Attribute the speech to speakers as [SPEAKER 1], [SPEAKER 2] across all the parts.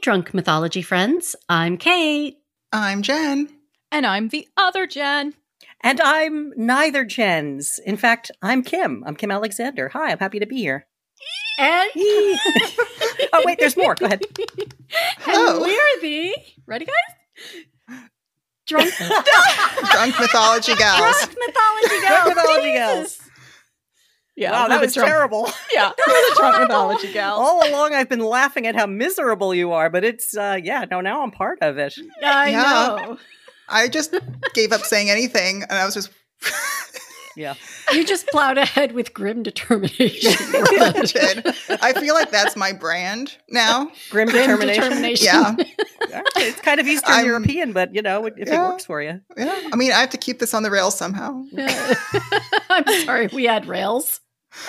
[SPEAKER 1] Drunk Mythology Friends. I'm Kate.
[SPEAKER 2] I'm Jen.
[SPEAKER 3] And I'm the other Jen.
[SPEAKER 4] And I'm neither Jen's. In fact, I'm Kim. I'm Kim Alexander. Hi, I'm happy to be here.
[SPEAKER 3] And
[SPEAKER 4] oh, wait, there's more. Go ahead. Oh.
[SPEAKER 3] and we're the ready guys? Drunk
[SPEAKER 2] Drunk mythology gals.
[SPEAKER 3] Drunk mythology gals.
[SPEAKER 4] Drunk mythology gals.
[SPEAKER 3] Jesus. Yeah,
[SPEAKER 4] wow,
[SPEAKER 3] we're
[SPEAKER 4] that
[SPEAKER 3] the
[SPEAKER 4] was
[SPEAKER 3] drunk-
[SPEAKER 4] terrible.
[SPEAKER 3] Yeah, we're the drunk mythology gals.
[SPEAKER 4] All along, I've been laughing at how miserable you are, but it's, uh, yeah, no, now I'm part of it.
[SPEAKER 3] I
[SPEAKER 2] Yeah.
[SPEAKER 3] know.
[SPEAKER 2] I just gave up saying anything, and I was just
[SPEAKER 4] Yeah.
[SPEAKER 1] You just plowed ahead with grim determination.
[SPEAKER 2] did. I feel like that's my brand now.
[SPEAKER 4] Grim,
[SPEAKER 1] Grim
[SPEAKER 4] determination.
[SPEAKER 2] Yeah,
[SPEAKER 4] All right, It's kind of Eastern
[SPEAKER 2] I'm-
[SPEAKER 4] European, but, you know, if
[SPEAKER 2] Yeah.
[SPEAKER 4] it works for you.
[SPEAKER 2] yeah. I mean, I have to keep this on the rails somehow.
[SPEAKER 1] I'm sorry, we had rails.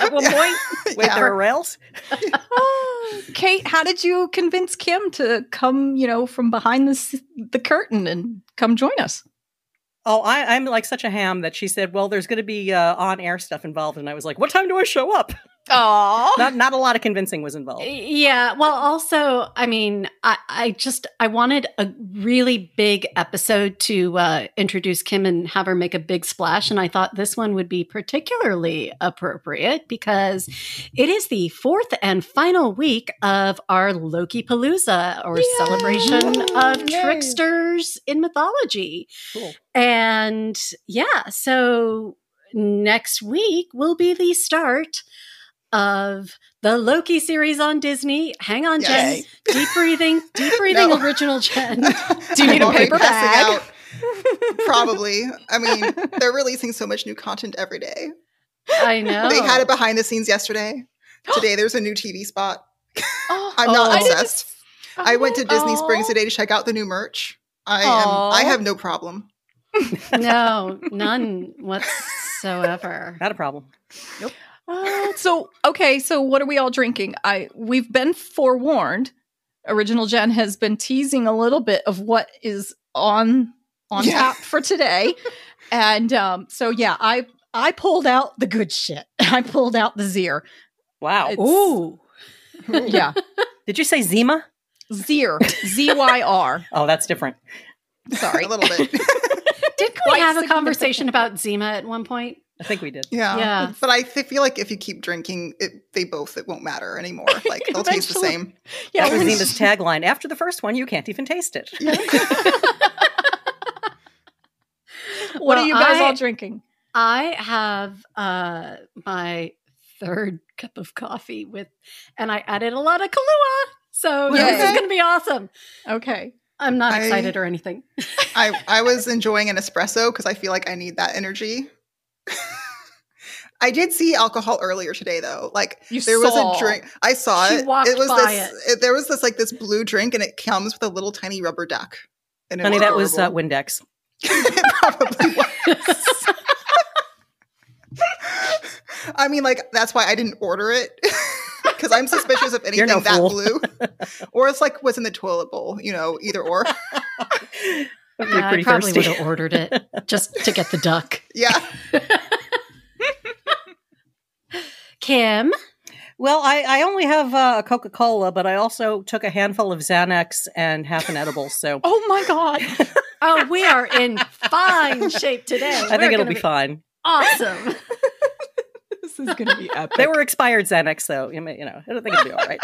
[SPEAKER 4] At one
[SPEAKER 2] Yeah.
[SPEAKER 4] point, wait,
[SPEAKER 2] Yeah.
[SPEAKER 4] there are rails?
[SPEAKER 3] Kate, how did you convince Kim to come, you know, from behind the, s- the curtain and come join us?
[SPEAKER 4] Oh, I, I'm like such a ham that she said, well, there's going to be uh, on air stuff involved. And I was like, what time do I show up?
[SPEAKER 3] Oh,
[SPEAKER 4] Not, not a lot of convincing was involved.
[SPEAKER 1] Yeah. Well, also, I mean, I, I just I wanted a really big episode to uh, introduce Kim and have her make a big splash, and I thought this one would be particularly appropriate because it is the fourth and final week of our Loki Palooza or
[SPEAKER 3] Yay!
[SPEAKER 1] celebration of
[SPEAKER 2] Yay.
[SPEAKER 1] tricksters in mythology.
[SPEAKER 4] Cool.
[SPEAKER 1] And yeah, so next week will be the start of the Loki series on Disney. Hang on,
[SPEAKER 2] Yes.
[SPEAKER 1] Jen. Deep breathing, deep breathing,
[SPEAKER 2] No.
[SPEAKER 1] original Jen.
[SPEAKER 2] Do
[SPEAKER 3] you need a paper bag?
[SPEAKER 2] Probably. I mean, they're releasing so much new content every day.
[SPEAKER 1] I know.
[SPEAKER 2] They
[SPEAKER 3] Oh.
[SPEAKER 2] had it behind the scenes yesterday. Today, there's a new TV spot.
[SPEAKER 3] Oh,
[SPEAKER 2] I'm not
[SPEAKER 1] Oh. I didn't
[SPEAKER 2] obsessed. I, went to Disney Springs
[SPEAKER 3] Aw.
[SPEAKER 2] today to check out the new merch. I
[SPEAKER 3] Oh. Aw.
[SPEAKER 2] am. I have no problem.
[SPEAKER 1] no, none whatsoever.
[SPEAKER 4] Not a problem.
[SPEAKER 3] Oh, so okay, so what are we all drinking? I we've been forewarned. Original Jen has been teasing a little bit of what is on on
[SPEAKER 2] Yeah.
[SPEAKER 3] tap for today. and um so yeah, I I pulled out the good shit. I pulled out the Zier.
[SPEAKER 4] Wow.
[SPEAKER 3] It's-
[SPEAKER 1] Ooh.
[SPEAKER 3] Yeah.
[SPEAKER 4] Did you say Zima?
[SPEAKER 3] Zier. Z Y R.
[SPEAKER 4] Oh, that's different.
[SPEAKER 3] Sorry.
[SPEAKER 2] a little bit.
[SPEAKER 1] Didn't we
[SPEAKER 3] Quite
[SPEAKER 1] have a
[SPEAKER 3] significant.
[SPEAKER 1] conversation about Zima at one point?
[SPEAKER 4] I think we did.
[SPEAKER 2] Yeah.
[SPEAKER 1] Yeah.
[SPEAKER 2] But I th- feel like if you keep drinking, it, they both it won't matter anymore. Like they'll taste the
[SPEAKER 3] Eventually.
[SPEAKER 2] same.
[SPEAKER 4] That was
[SPEAKER 3] when
[SPEAKER 4] Zima's
[SPEAKER 3] she-
[SPEAKER 4] tagline. After the first one, you can't even taste it.
[SPEAKER 3] What
[SPEAKER 1] Well,
[SPEAKER 3] are you guys
[SPEAKER 1] I-
[SPEAKER 3] all drinking?
[SPEAKER 1] I have uh my third cup of coffee with and I added a lot of Kahlua. So this is
[SPEAKER 3] Yay.
[SPEAKER 1] gonna be awesome.
[SPEAKER 3] Okay.
[SPEAKER 1] I'm not
[SPEAKER 2] I-
[SPEAKER 1] excited or anything.
[SPEAKER 2] I I was enjoying an espresso because I feel like I need that energy. I did see alcohol earlier today though. Like
[SPEAKER 3] You
[SPEAKER 2] there
[SPEAKER 3] saw.
[SPEAKER 2] was a drink. I saw
[SPEAKER 1] She
[SPEAKER 2] it.
[SPEAKER 1] walked
[SPEAKER 2] It was
[SPEAKER 1] by
[SPEAKER 2] this. It. there was this like this blue drink, and it comes with a little tiny rubber duck. And it
[SPEAKER 4] Honey, that was uh,
[SPEAKER 2] horrible.
[SPEAKER 4] Windex.
[SPEAKER 2] It probably was. I mean, like that's why I didn't order it because I'm suspicious of anything
[SPEAKER 4] You're no
[SPEAKER 2] that
[SPEAKER 4] fool.
[SPEAKER 2] blue, or it's like what's in the toilet bowl. You know, either or.
[SPEAKER 4] That'd be
[SPEAKER 1] Yeah, I
[SPEAKER 4] pretty
[SPEAKER 1] probably
[SPEAKER 4] thirsty.
[SPEAKER 1] would have ordered it just to get the duck.
[SPEAKER 2] Yeah.
[SPEAKER 1] Kim.
[SPEAKER 4] Well, I, I only have uh, a Coca Cola, but I also took a handful of Xanax and half an edible. So
[SPEAKER 3] Oh my god.
[SPEAKER 1] Oh, we are in fine shape today.
[SPEAKER 4] I
[SPEAKER 1] We're
[SPEAKER 4] think it'll
[SPEAKER 1] gonna
[SPEAKER 4] be fine.
[SPEAKER 1] Awesome.
[SPEAKER 3] this is gonna be epic.
[SPEAKER 4] They were expired Xanax, though. You may- you know, I don't think it'll be all right.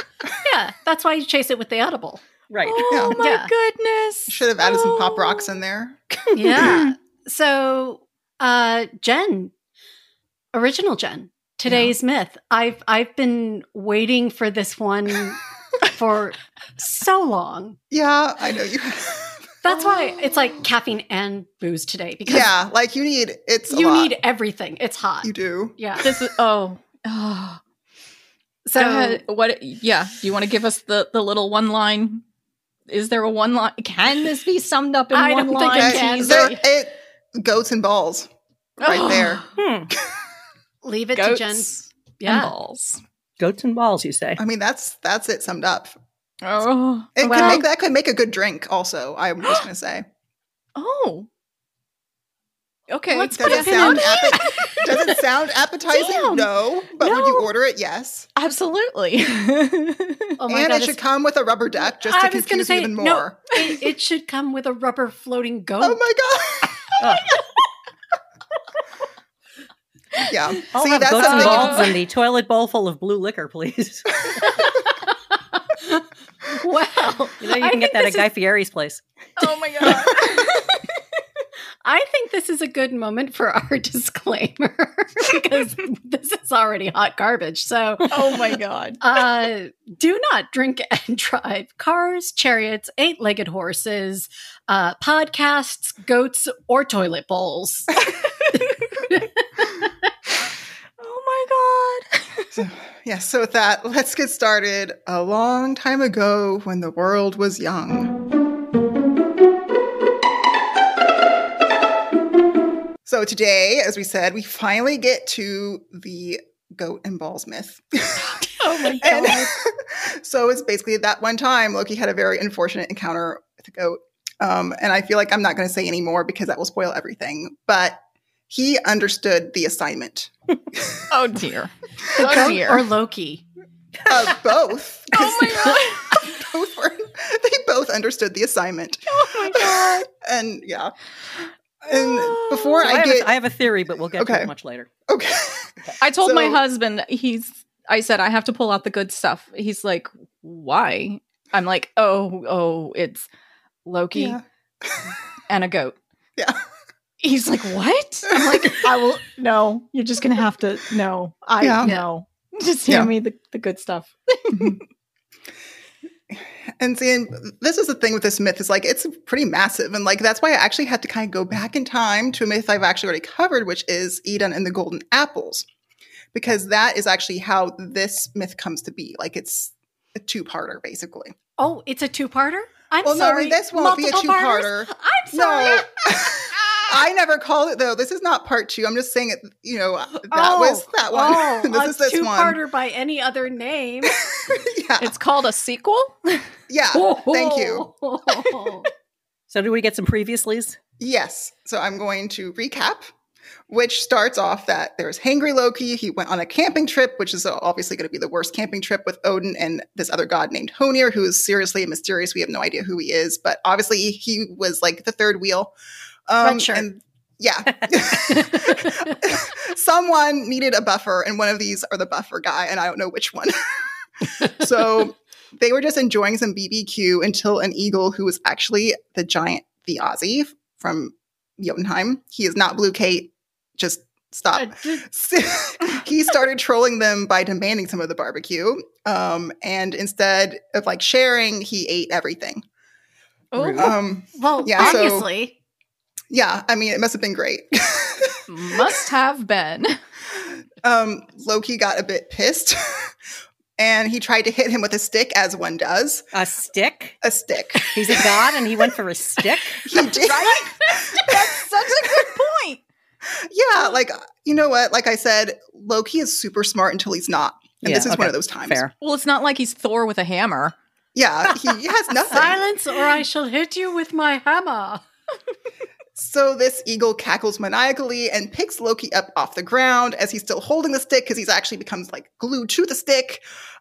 [SPEAKER 1] Yeah. That's why you chase it with the edible.
[SPEAKER 4] Right.
[SPEAKER 3] Oh
[SPEAKER 1] Yeah.
[SPEAKER 3] my
[SPEAKER 1] Yeah.
[SPEAKER 3] goodness.
[SPEAKER 2] Should have added some pop
[SPEAKER 3] Oh.
[SPEAKER 2] rocks in there.
[SPEAKER 1] Yeah. so uh Jen, original Jen, today's myth. I've I've been waiting for this one for so long.
[SPEAKER 2] Yeah, I know you.
[SPEAKER 1] That's why it's
[SPEAKER 4] Oh.
[SPEAKER 1] like caffeine and booze today because
[SPEAKER 2] yeah, like you need it's a
[SPEAKER 1] you
[SPEAKER 2] lot.
[SPEAKER 1] need everything. It's hot.
[SPEAKER 2] you do.
[SPEAKER 1] yeah.
[SPEAKER 3] This is oh. oh.
[SPEAKER 1] So
[SPEAKER 3] Go ahead. what? Yeah, you want to give us the the little one line? Is there a one line? Can this be summed up in
[SPEAKER 1] I
[SPEAKER 3] one
[SPEAKER 1] don't think
[SPEAKER 3] line?
[SPEAKER 1] it
[SPEAKER 2] That-
[SPEAKER 1] can.
[SPEAKER 3] teaser?
[SPEAKER 2] there- it goats and balls right
[SPEAKER 3] Oh,
[SPEAKER 2] there.
[SPEAKER 4] Hmm.
[SPEAKER 1] leave it to
[SPEAKER 3] Goats
[SPEAKER 1] Jen.
[SPEAKER 3] and
[SPEAKER 1] Yeah.
[SPEAKER 3] balls.
[SPEAKER 4] Goats and balls, you say?
[SPEAKER 2] I mean, that's that's it summed up.
[SPEAKER 3] Oh,
[SPEAKER 2] It could
[SPEAKER 1] Well-
[SPEAKER 2] make that could make a good drink. Also, I'm just gonna say.
[SPEAKER 3] oh, Okay.
[SPEAKER 1] Let's
[SPEAKER 2] Does
[SPEAKER 1] put
[SPEAKER 2] it
[SPEAKER 1] a pin
[SPEAKER 2] sound
[SPEAKER 1] in
[SPEAKER 2] appe- does it sound appetizing?
[SPEAKER 3] Damn.
[SPEAKER 2] No. But would you
[SPEAKER 3] No.
[SPEAKER 2] order it? Yes.
[SPEAKER 3] Absolutely.
[SPEAKER 1] Oh my
[SPEAKER 2] and
[SPEAKER 1] God,
[SPEAKER 2] it should
[SPEAKER 1] it's-
[SPEAKER 2] come with a rubber duck just
[SPEAKER 1] I
[SPEAKER 2] to
[SPEAKER 1] was
[SPEAKER 2] confuse
[SPEAKER 1] gonna
[SPEAKER 2] you
[SPEAKER 1] say,
[SPEAKER 2] even
[SPEAKER 1] no.
[SPEAKER 2] more.
[SPEAKER 1] it, it should come with a rubber floating goat.
[SPEAKER 2] Oh my god. yeah.
[SPEAKER 4] I'll
[SPEAKER 2] See,
[SPEAKER 4] have
[SPEAKER 2] that's
[SPEAKER 4] goats and
[SPEAKER 2] something-
[SPEAKER 4] balls and the toilet bowl full of blue liquor, please.
[SPEAKER 2] Oh
[SPEAKER 1] wow.
[SPEAKER 4] You know you
[SPEAKER 1] I
[SPEAKER 4] can get
[SPEAKER 1] think
[SPEAKER 4] that at
[SPEAKER 1] this
[SPEAKER 4] Guy
[SPEAKER 1] is-
[SPEAKER 4] Fieri's place.
[SPEAKER 3] oh my god.
[SPEAKER 1] I think this is a good moment for our disclaimer because this is already hot garbage. So
[SPEAKER 3] Oh my god.
[SPEAKER 1] uh, do not drink and drive cars, chariots, eight legged horses, uh, podcasts, goats, or toilet bowls.
[SPEAKER 3] Oh my god.
[SPEAKER 2] So, yeah, so with that, let's get started. A long time ago when the world was young. So today, as we said, we finally get to the goat and balls myth.
[SPEAKER 3] Oh my
[SPEAKER 2] And
[SPEAKER 3] god.
[SPEAKER 2] so it's basically that one time Loki had a very unfortunate encounter with a goat. Um, and I feel like I'm not going to say any more because that will spoil everything. But he understood the assignment
[SPEAKER 3] Oh dear.
[SPEAKER 1] The
[SPEAKER 3] Oh
[SPEAKER 1] goat
[SPEAKER 3] dear.
[SPEAKER 1] or Loki?
[SPEAKER 2] of both.
[SPEAKER 3] oh my god.
[SPEAKER 2] both were, they both understood the assignment.
[SPEAKER 3] Oh my god.
[SPEAKER 2] And yeah. And before
[SPEAKER 4] So I,
[SPEAKER 2] I,
[SPEAKER 4] have
[SPEAKER 2] get
[SPEAKER 4] a, I have a theory, but we'll get to
[SPEAKER 2] Okay.
[SPEAKER 4] it much later.
[SPEAKER 2] okay,
[SPEAKER 3] I told my
[SPEAKER 2] So-
[SPEAKER 3] husband, he's, I said, I have to pull out the good stuff. He's like, why? I'm like, oh, oh, it's Loki
[SPEAKER 2] yeah,
[SPEAKER 3] and a goat.
[SPEAKER 2] yeah.
[SPEAKER 3] He's like, what? I'm like, I will, no, you're just going to have to, no, I
[SPEAKER 2] Yeah.
[SPEAKER 3] no. Just
[SPEAKER 2] Yeah.
[SPEAKER 3] hand me the, the good stuff.
[SPEAKER 2] And seeing this is the thing with this myth is like it's pretty massive, and like that's why I actually had to kind of go back in time to a myth I've actually already covered, which is Eden and the golden apples, because that is actually how this myth comes to be. Like it's a two-parter basically.
[SPEAKER 1] Oh, it's a two parter? I'm
[SPEAKER 2] well,
[SPEAKER 1] sorry.
[SPEAKER 2] no, this won't
[SPEAKER 1] Multiple
[SPEAKER 2] be a
[SPEAKER 1] parters?
[SPEAKER 2] two-parter.
[SPEAKER 1] I'm sorry.
[SPEAKER 2] No. I never called it though. This is not part two. I'm just saying it. You know that
[SPEAKER 1] Oh,
[SPEAKER 2] was that one.
[SPEAKER 1] Oh,
[SPEAKER 2] this
[SPEAKER 1] a
[SPEAKER 2] is this one.
[SPEAKER 1] two-parter by any other name.
[SPEAKER 2] yeah,
[SPEAKER 3] It's called a sequel.
[SPEAKER 2] yeah. thank you.
[SPEAKER 4] So do we get some previouslys?
[SPEAKER 2] Yes. So I'm going to recap, which starts off that there's Hangry Loki. He went on a camping trip, which is obviously going to be the worst camping trip with Odin and this other god named Honir, who is seriously mysterious. We have no idea who he is, but obviously he was like the third wheel. Um,
[SPEAKER 1] Red shirt.
[SPEAKER 2] and- yeah. Someone needed a buffer, and one of these are the buffer guy, and I don't know which one. so they were just enjoying some BBQ until an eagle who was actually the giant the Aussie from Jotunheim. He is not Blue Kate. Just stop. he started trolling them by demanding some of the barbecue. Um, and instead of like sharing, he ate everything.
[SPEAKER 4] Rude.
[SPEAKER 3] Oh,
[SPEAKER 2] Um,
[SPEAKER 1] well,
[SPEAKER 2] Yeah, so-
[SPEAKER 1] obviously.
[SPEAKER 2] yeah, I mean, it must have been great.
[SPEAKER 3] must have been.
[SPEAKER 2] um, Loki got a bit pissed and he tried to hit him with a stick, as one does
[SPEAKER 4] A stick?
[SPEAKER 2] a stick.
[SPEAKER 4] He's a god, and he went for a stick.
[SPEAKER 2] He did.
[SPEAKER 3] Right? That's such a good point.
[SPEAKER 2] Yeah, like, you know what? Like I said, Loki is super smart until he's not. And
[SPEAKER 4] Yeah,
[SPEAKER 2] this is
[SPEAKER 4] okay,
[SPEAKER 2] one of those times.
[SPEAKER 4] Fair.
[SPEAKER 3] Well, it's not like he's Thor with a hammer.
[SPEAKER 2] Yeah, he has nothing.
[SPEAKER 1] Silence, or I shall hit you with my hammer.
[SPEAKER 2] So this eagle cackles maniacally and picks Loki up off the ground as he's still holding the stick because he's actually becomes like glued to the stick.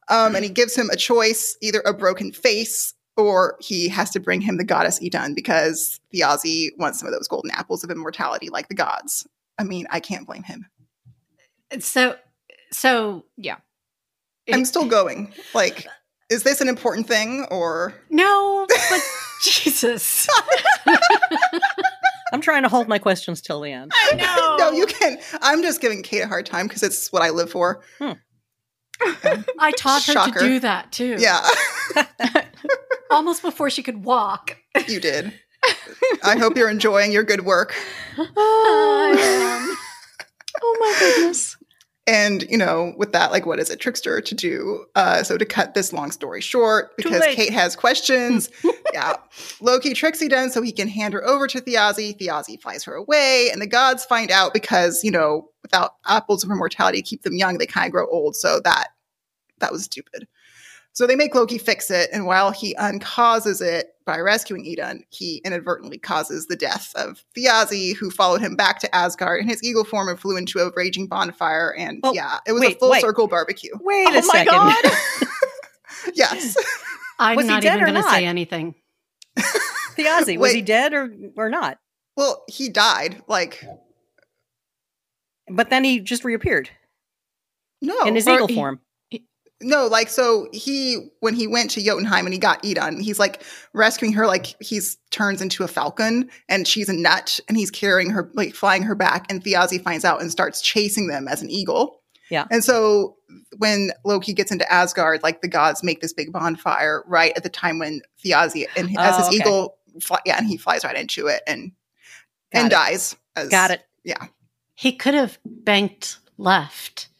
[SPEAKER 2] Um, and he gives him a choice, either a broken face or he has to bring him the goddess Idun because the Aussie wants some of those golden apples of immortality like the gods. I mean, I can't blame him.
[SPEAKER 1] So, so
[SPEAKER 3] Yeah.
[SPEAKER 2] I'm still going. Like, is this an important thing or
[SPEAKER 1] no, but Jesus,
[SPEAKER 4] I'm trying to hold my questions till the end.
[SPEAKER 1] I know.
[SPEAKER 2] no, you can. I'm just giving Kate a hard time because it's what I live for.
[SPEAKER 1] I taught her
[SPEAKER 2] Shocker.
[SPEAKER 1] to do that too.
[SPEAKER 2] Yeah.
[SPEAKER 1] almost before she could walk.
[SPEAKER 2] You did. I hope you're enjoying your good work.
[SPEAKER 1] I um,
[SPEAKER 3] Oh my goodness.
[SPEAKER 2] And, you know, with that, like, what is a trickster to do? Uh, so, to cut this long story short, because
[SPEAKER 4] late.
[SPEAKER 2] Kate has questions, yeah, Loki tricks Idun so he can hand her over to Theazi. Theazi flies her away, and the gods find out because, you know, without apples of immortality to keep them young, they kind of grow old. So, that that was stupid. So they make Loki fix it, and while he uncauses it by rescuing Edun, he inadvertently causes the death of Thiazi, who followed him back to Asgard in his eagle form and flew into a raging bonfire. And
[SPEAKER 4] Oh,
[SPEAKER 2] yeah, it was a
[SPEAKER 4] wait,
[SPEAKER 2] full
[SPEAKER 4] wait.
[SPEAKER 2] circle barbecue.
[SPEAKER 4] Wait
[SPEAKER 3] Oh my
[SPEAKER 4] a second.
[SPEAKER 3] God.
[SPEAKER 2] Yes.
[SPEAKER 1] I'm
[SPEAKER 4] Was he
[SPEAKER 1] not
[SPEAKER 4] dead
[SPEAKER 1] even
[SPEAKER 4] or
[SPEAKER 1] going to
[SPEAKER 4] not?
[SPEAKER 1] say anything.
[SPEAKER 4] The Aussie, was
[SPEAKER 2] Wait.
[SPEAKER 4] he dead or or not?
[SPEAKER 2] well, he died. Like,
[SPEAKER 4] But then he just reappeared
[SPEAKER 2] no.
[SPEAKER 4] in his
[SPEAKER 1] or
[SPEAKER 4] eagle
[SPEAKER 1] he-
[SPEAKER 4] form.
[SPEAKER 2] No, like so he when he went to Jotunheim and he got Edon, he's like rescuing her like he's turns into a falcon and she's a nut and he's carrying her like flying her back and Thiazi finds out and starts chasing them as an eagle.
[SPEAKER 4] Yeah.
[SPEAKER 2] And so when Loki gets into Asgard, like the gods make this big bonfire right at the time when Thiazi and he- as
[SPEAKER 4] Oh,
[SPEAKER 2] his
[SPEAKER 4] okay.
[SPEAKER 2] eagle fly, yeah, and he flies right into it and
[SPEAKER 4] Got
[SPEAKER 2] and
[SPEAKER 4] it.
[SPEAKER 2] dies. As,
[SPEAKER 4] Got it.
[SPEAKER 1] He could have banked left.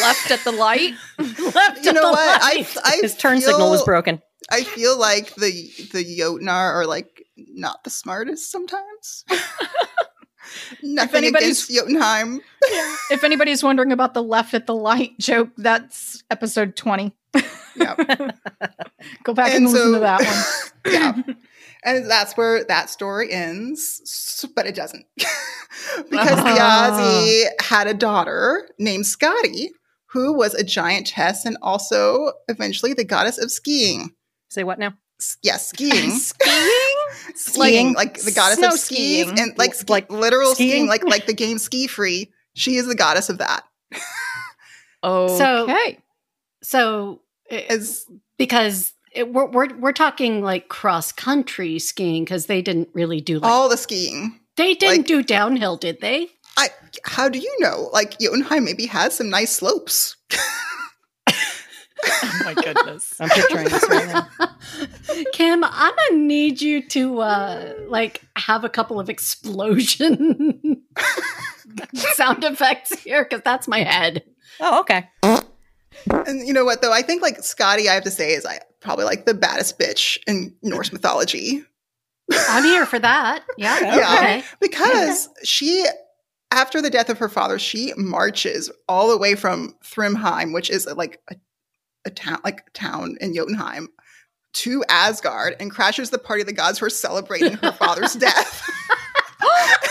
[SPEAKER 3] Left at the light.
[SPEAKER 1] left
[SPEAKER 2] You
[SPEAKER 1] at
[SPEAKER 2] know
[SPEAKER 1] the
[SPEAKER 2] what? I,
[SPEAKER 1] light.
[SPEAKER 2] I
[SPEAKER 4] His turn signal was
[SPEAKER 2] feel-
[SPEAKER 4] broken.
[SPEAKER 2] I feel like the the Jotnar are like not the smartest sometimes. Nothing
[SPEAKER 3] anybody's-
[SPEAKER 2] against Jotunheim.
[SPEAKER 3] If anybody's wondering about the left at the light joke, that's episode 20.
[SPEAKER 2] Yeah.
[SPEAKER 3] Go back and, listen to that one.
[SPEAKER 2] yeah. And that's where that story ends, s- but it doesn't. because
[SPEAKER 3] Uh-huh.
[SPEAKER 2] Thiazi had a daughter named Scotty, who was a giantess and also eventually the goddess of skiing.
[SPEAKER 4] Say what now?
[SPEAKER 2] S- Yes, skiing.
[SPEAKER 3] Skiing?
[SPEAKER 2] skiing, like, the goddess
[SPEAKER 3] snow
[SPEAKER 2] of skis
[SPEAKER 3] skiing.
[SPEAKER 2] and like
[SPEAKER 4] L-
[SPEAKER 2] ski,
[SPEAKER 4] like
[SPEAKER 2] literal skiing?
[SPEAKER 4] skiing?
[SPEAKER 2] like like the game Ski Free. She is the goddess of that.
[SPEAKER 3] Oh,
[SPEAKER 1] So-
[SPEAKER 3] okay.
[SPEAKER 1] So, it-
[SPEAKER 2] Is
[SPEAKER 1] because it, we're, we're we're talking like cross country skiing because they didn't really do like
[SPEAKER 2] all the skiing.
[SPEAKER 1] they didn't
[SPEAKER 2] like-
[SPEAKER 1] do downhill, did they?
[SPEAKER 2] How do you know? Like Jotunheim maybe has some nice slopes.
[SPEAKER 3] Oh my goodness.
[SPEAKER 4] I'm picturing this right now.
[SPEAKER 1] Kim, I'm gonna need you to uh like have a couple of explosion sound effects here because that's my head.
[SPEAKER 4] Oh, okay.
[SPEAKER 2] And you know what though? I think like Scotty, I have to say, is I probably like the baddest bitch in Norse mythology.
[SPEAKER 1] I'm here for that. Yeah.
[SPEAKER 2] Yeah.
[SPEAKER 1] Okay.
[SPEAKER 2] Because she after the death of her father, she marches all the way from Thrymheim, which is like a, a town like a town in Jotunheim, to Asgard and crashes the party of the gods who are celebrating her father's death.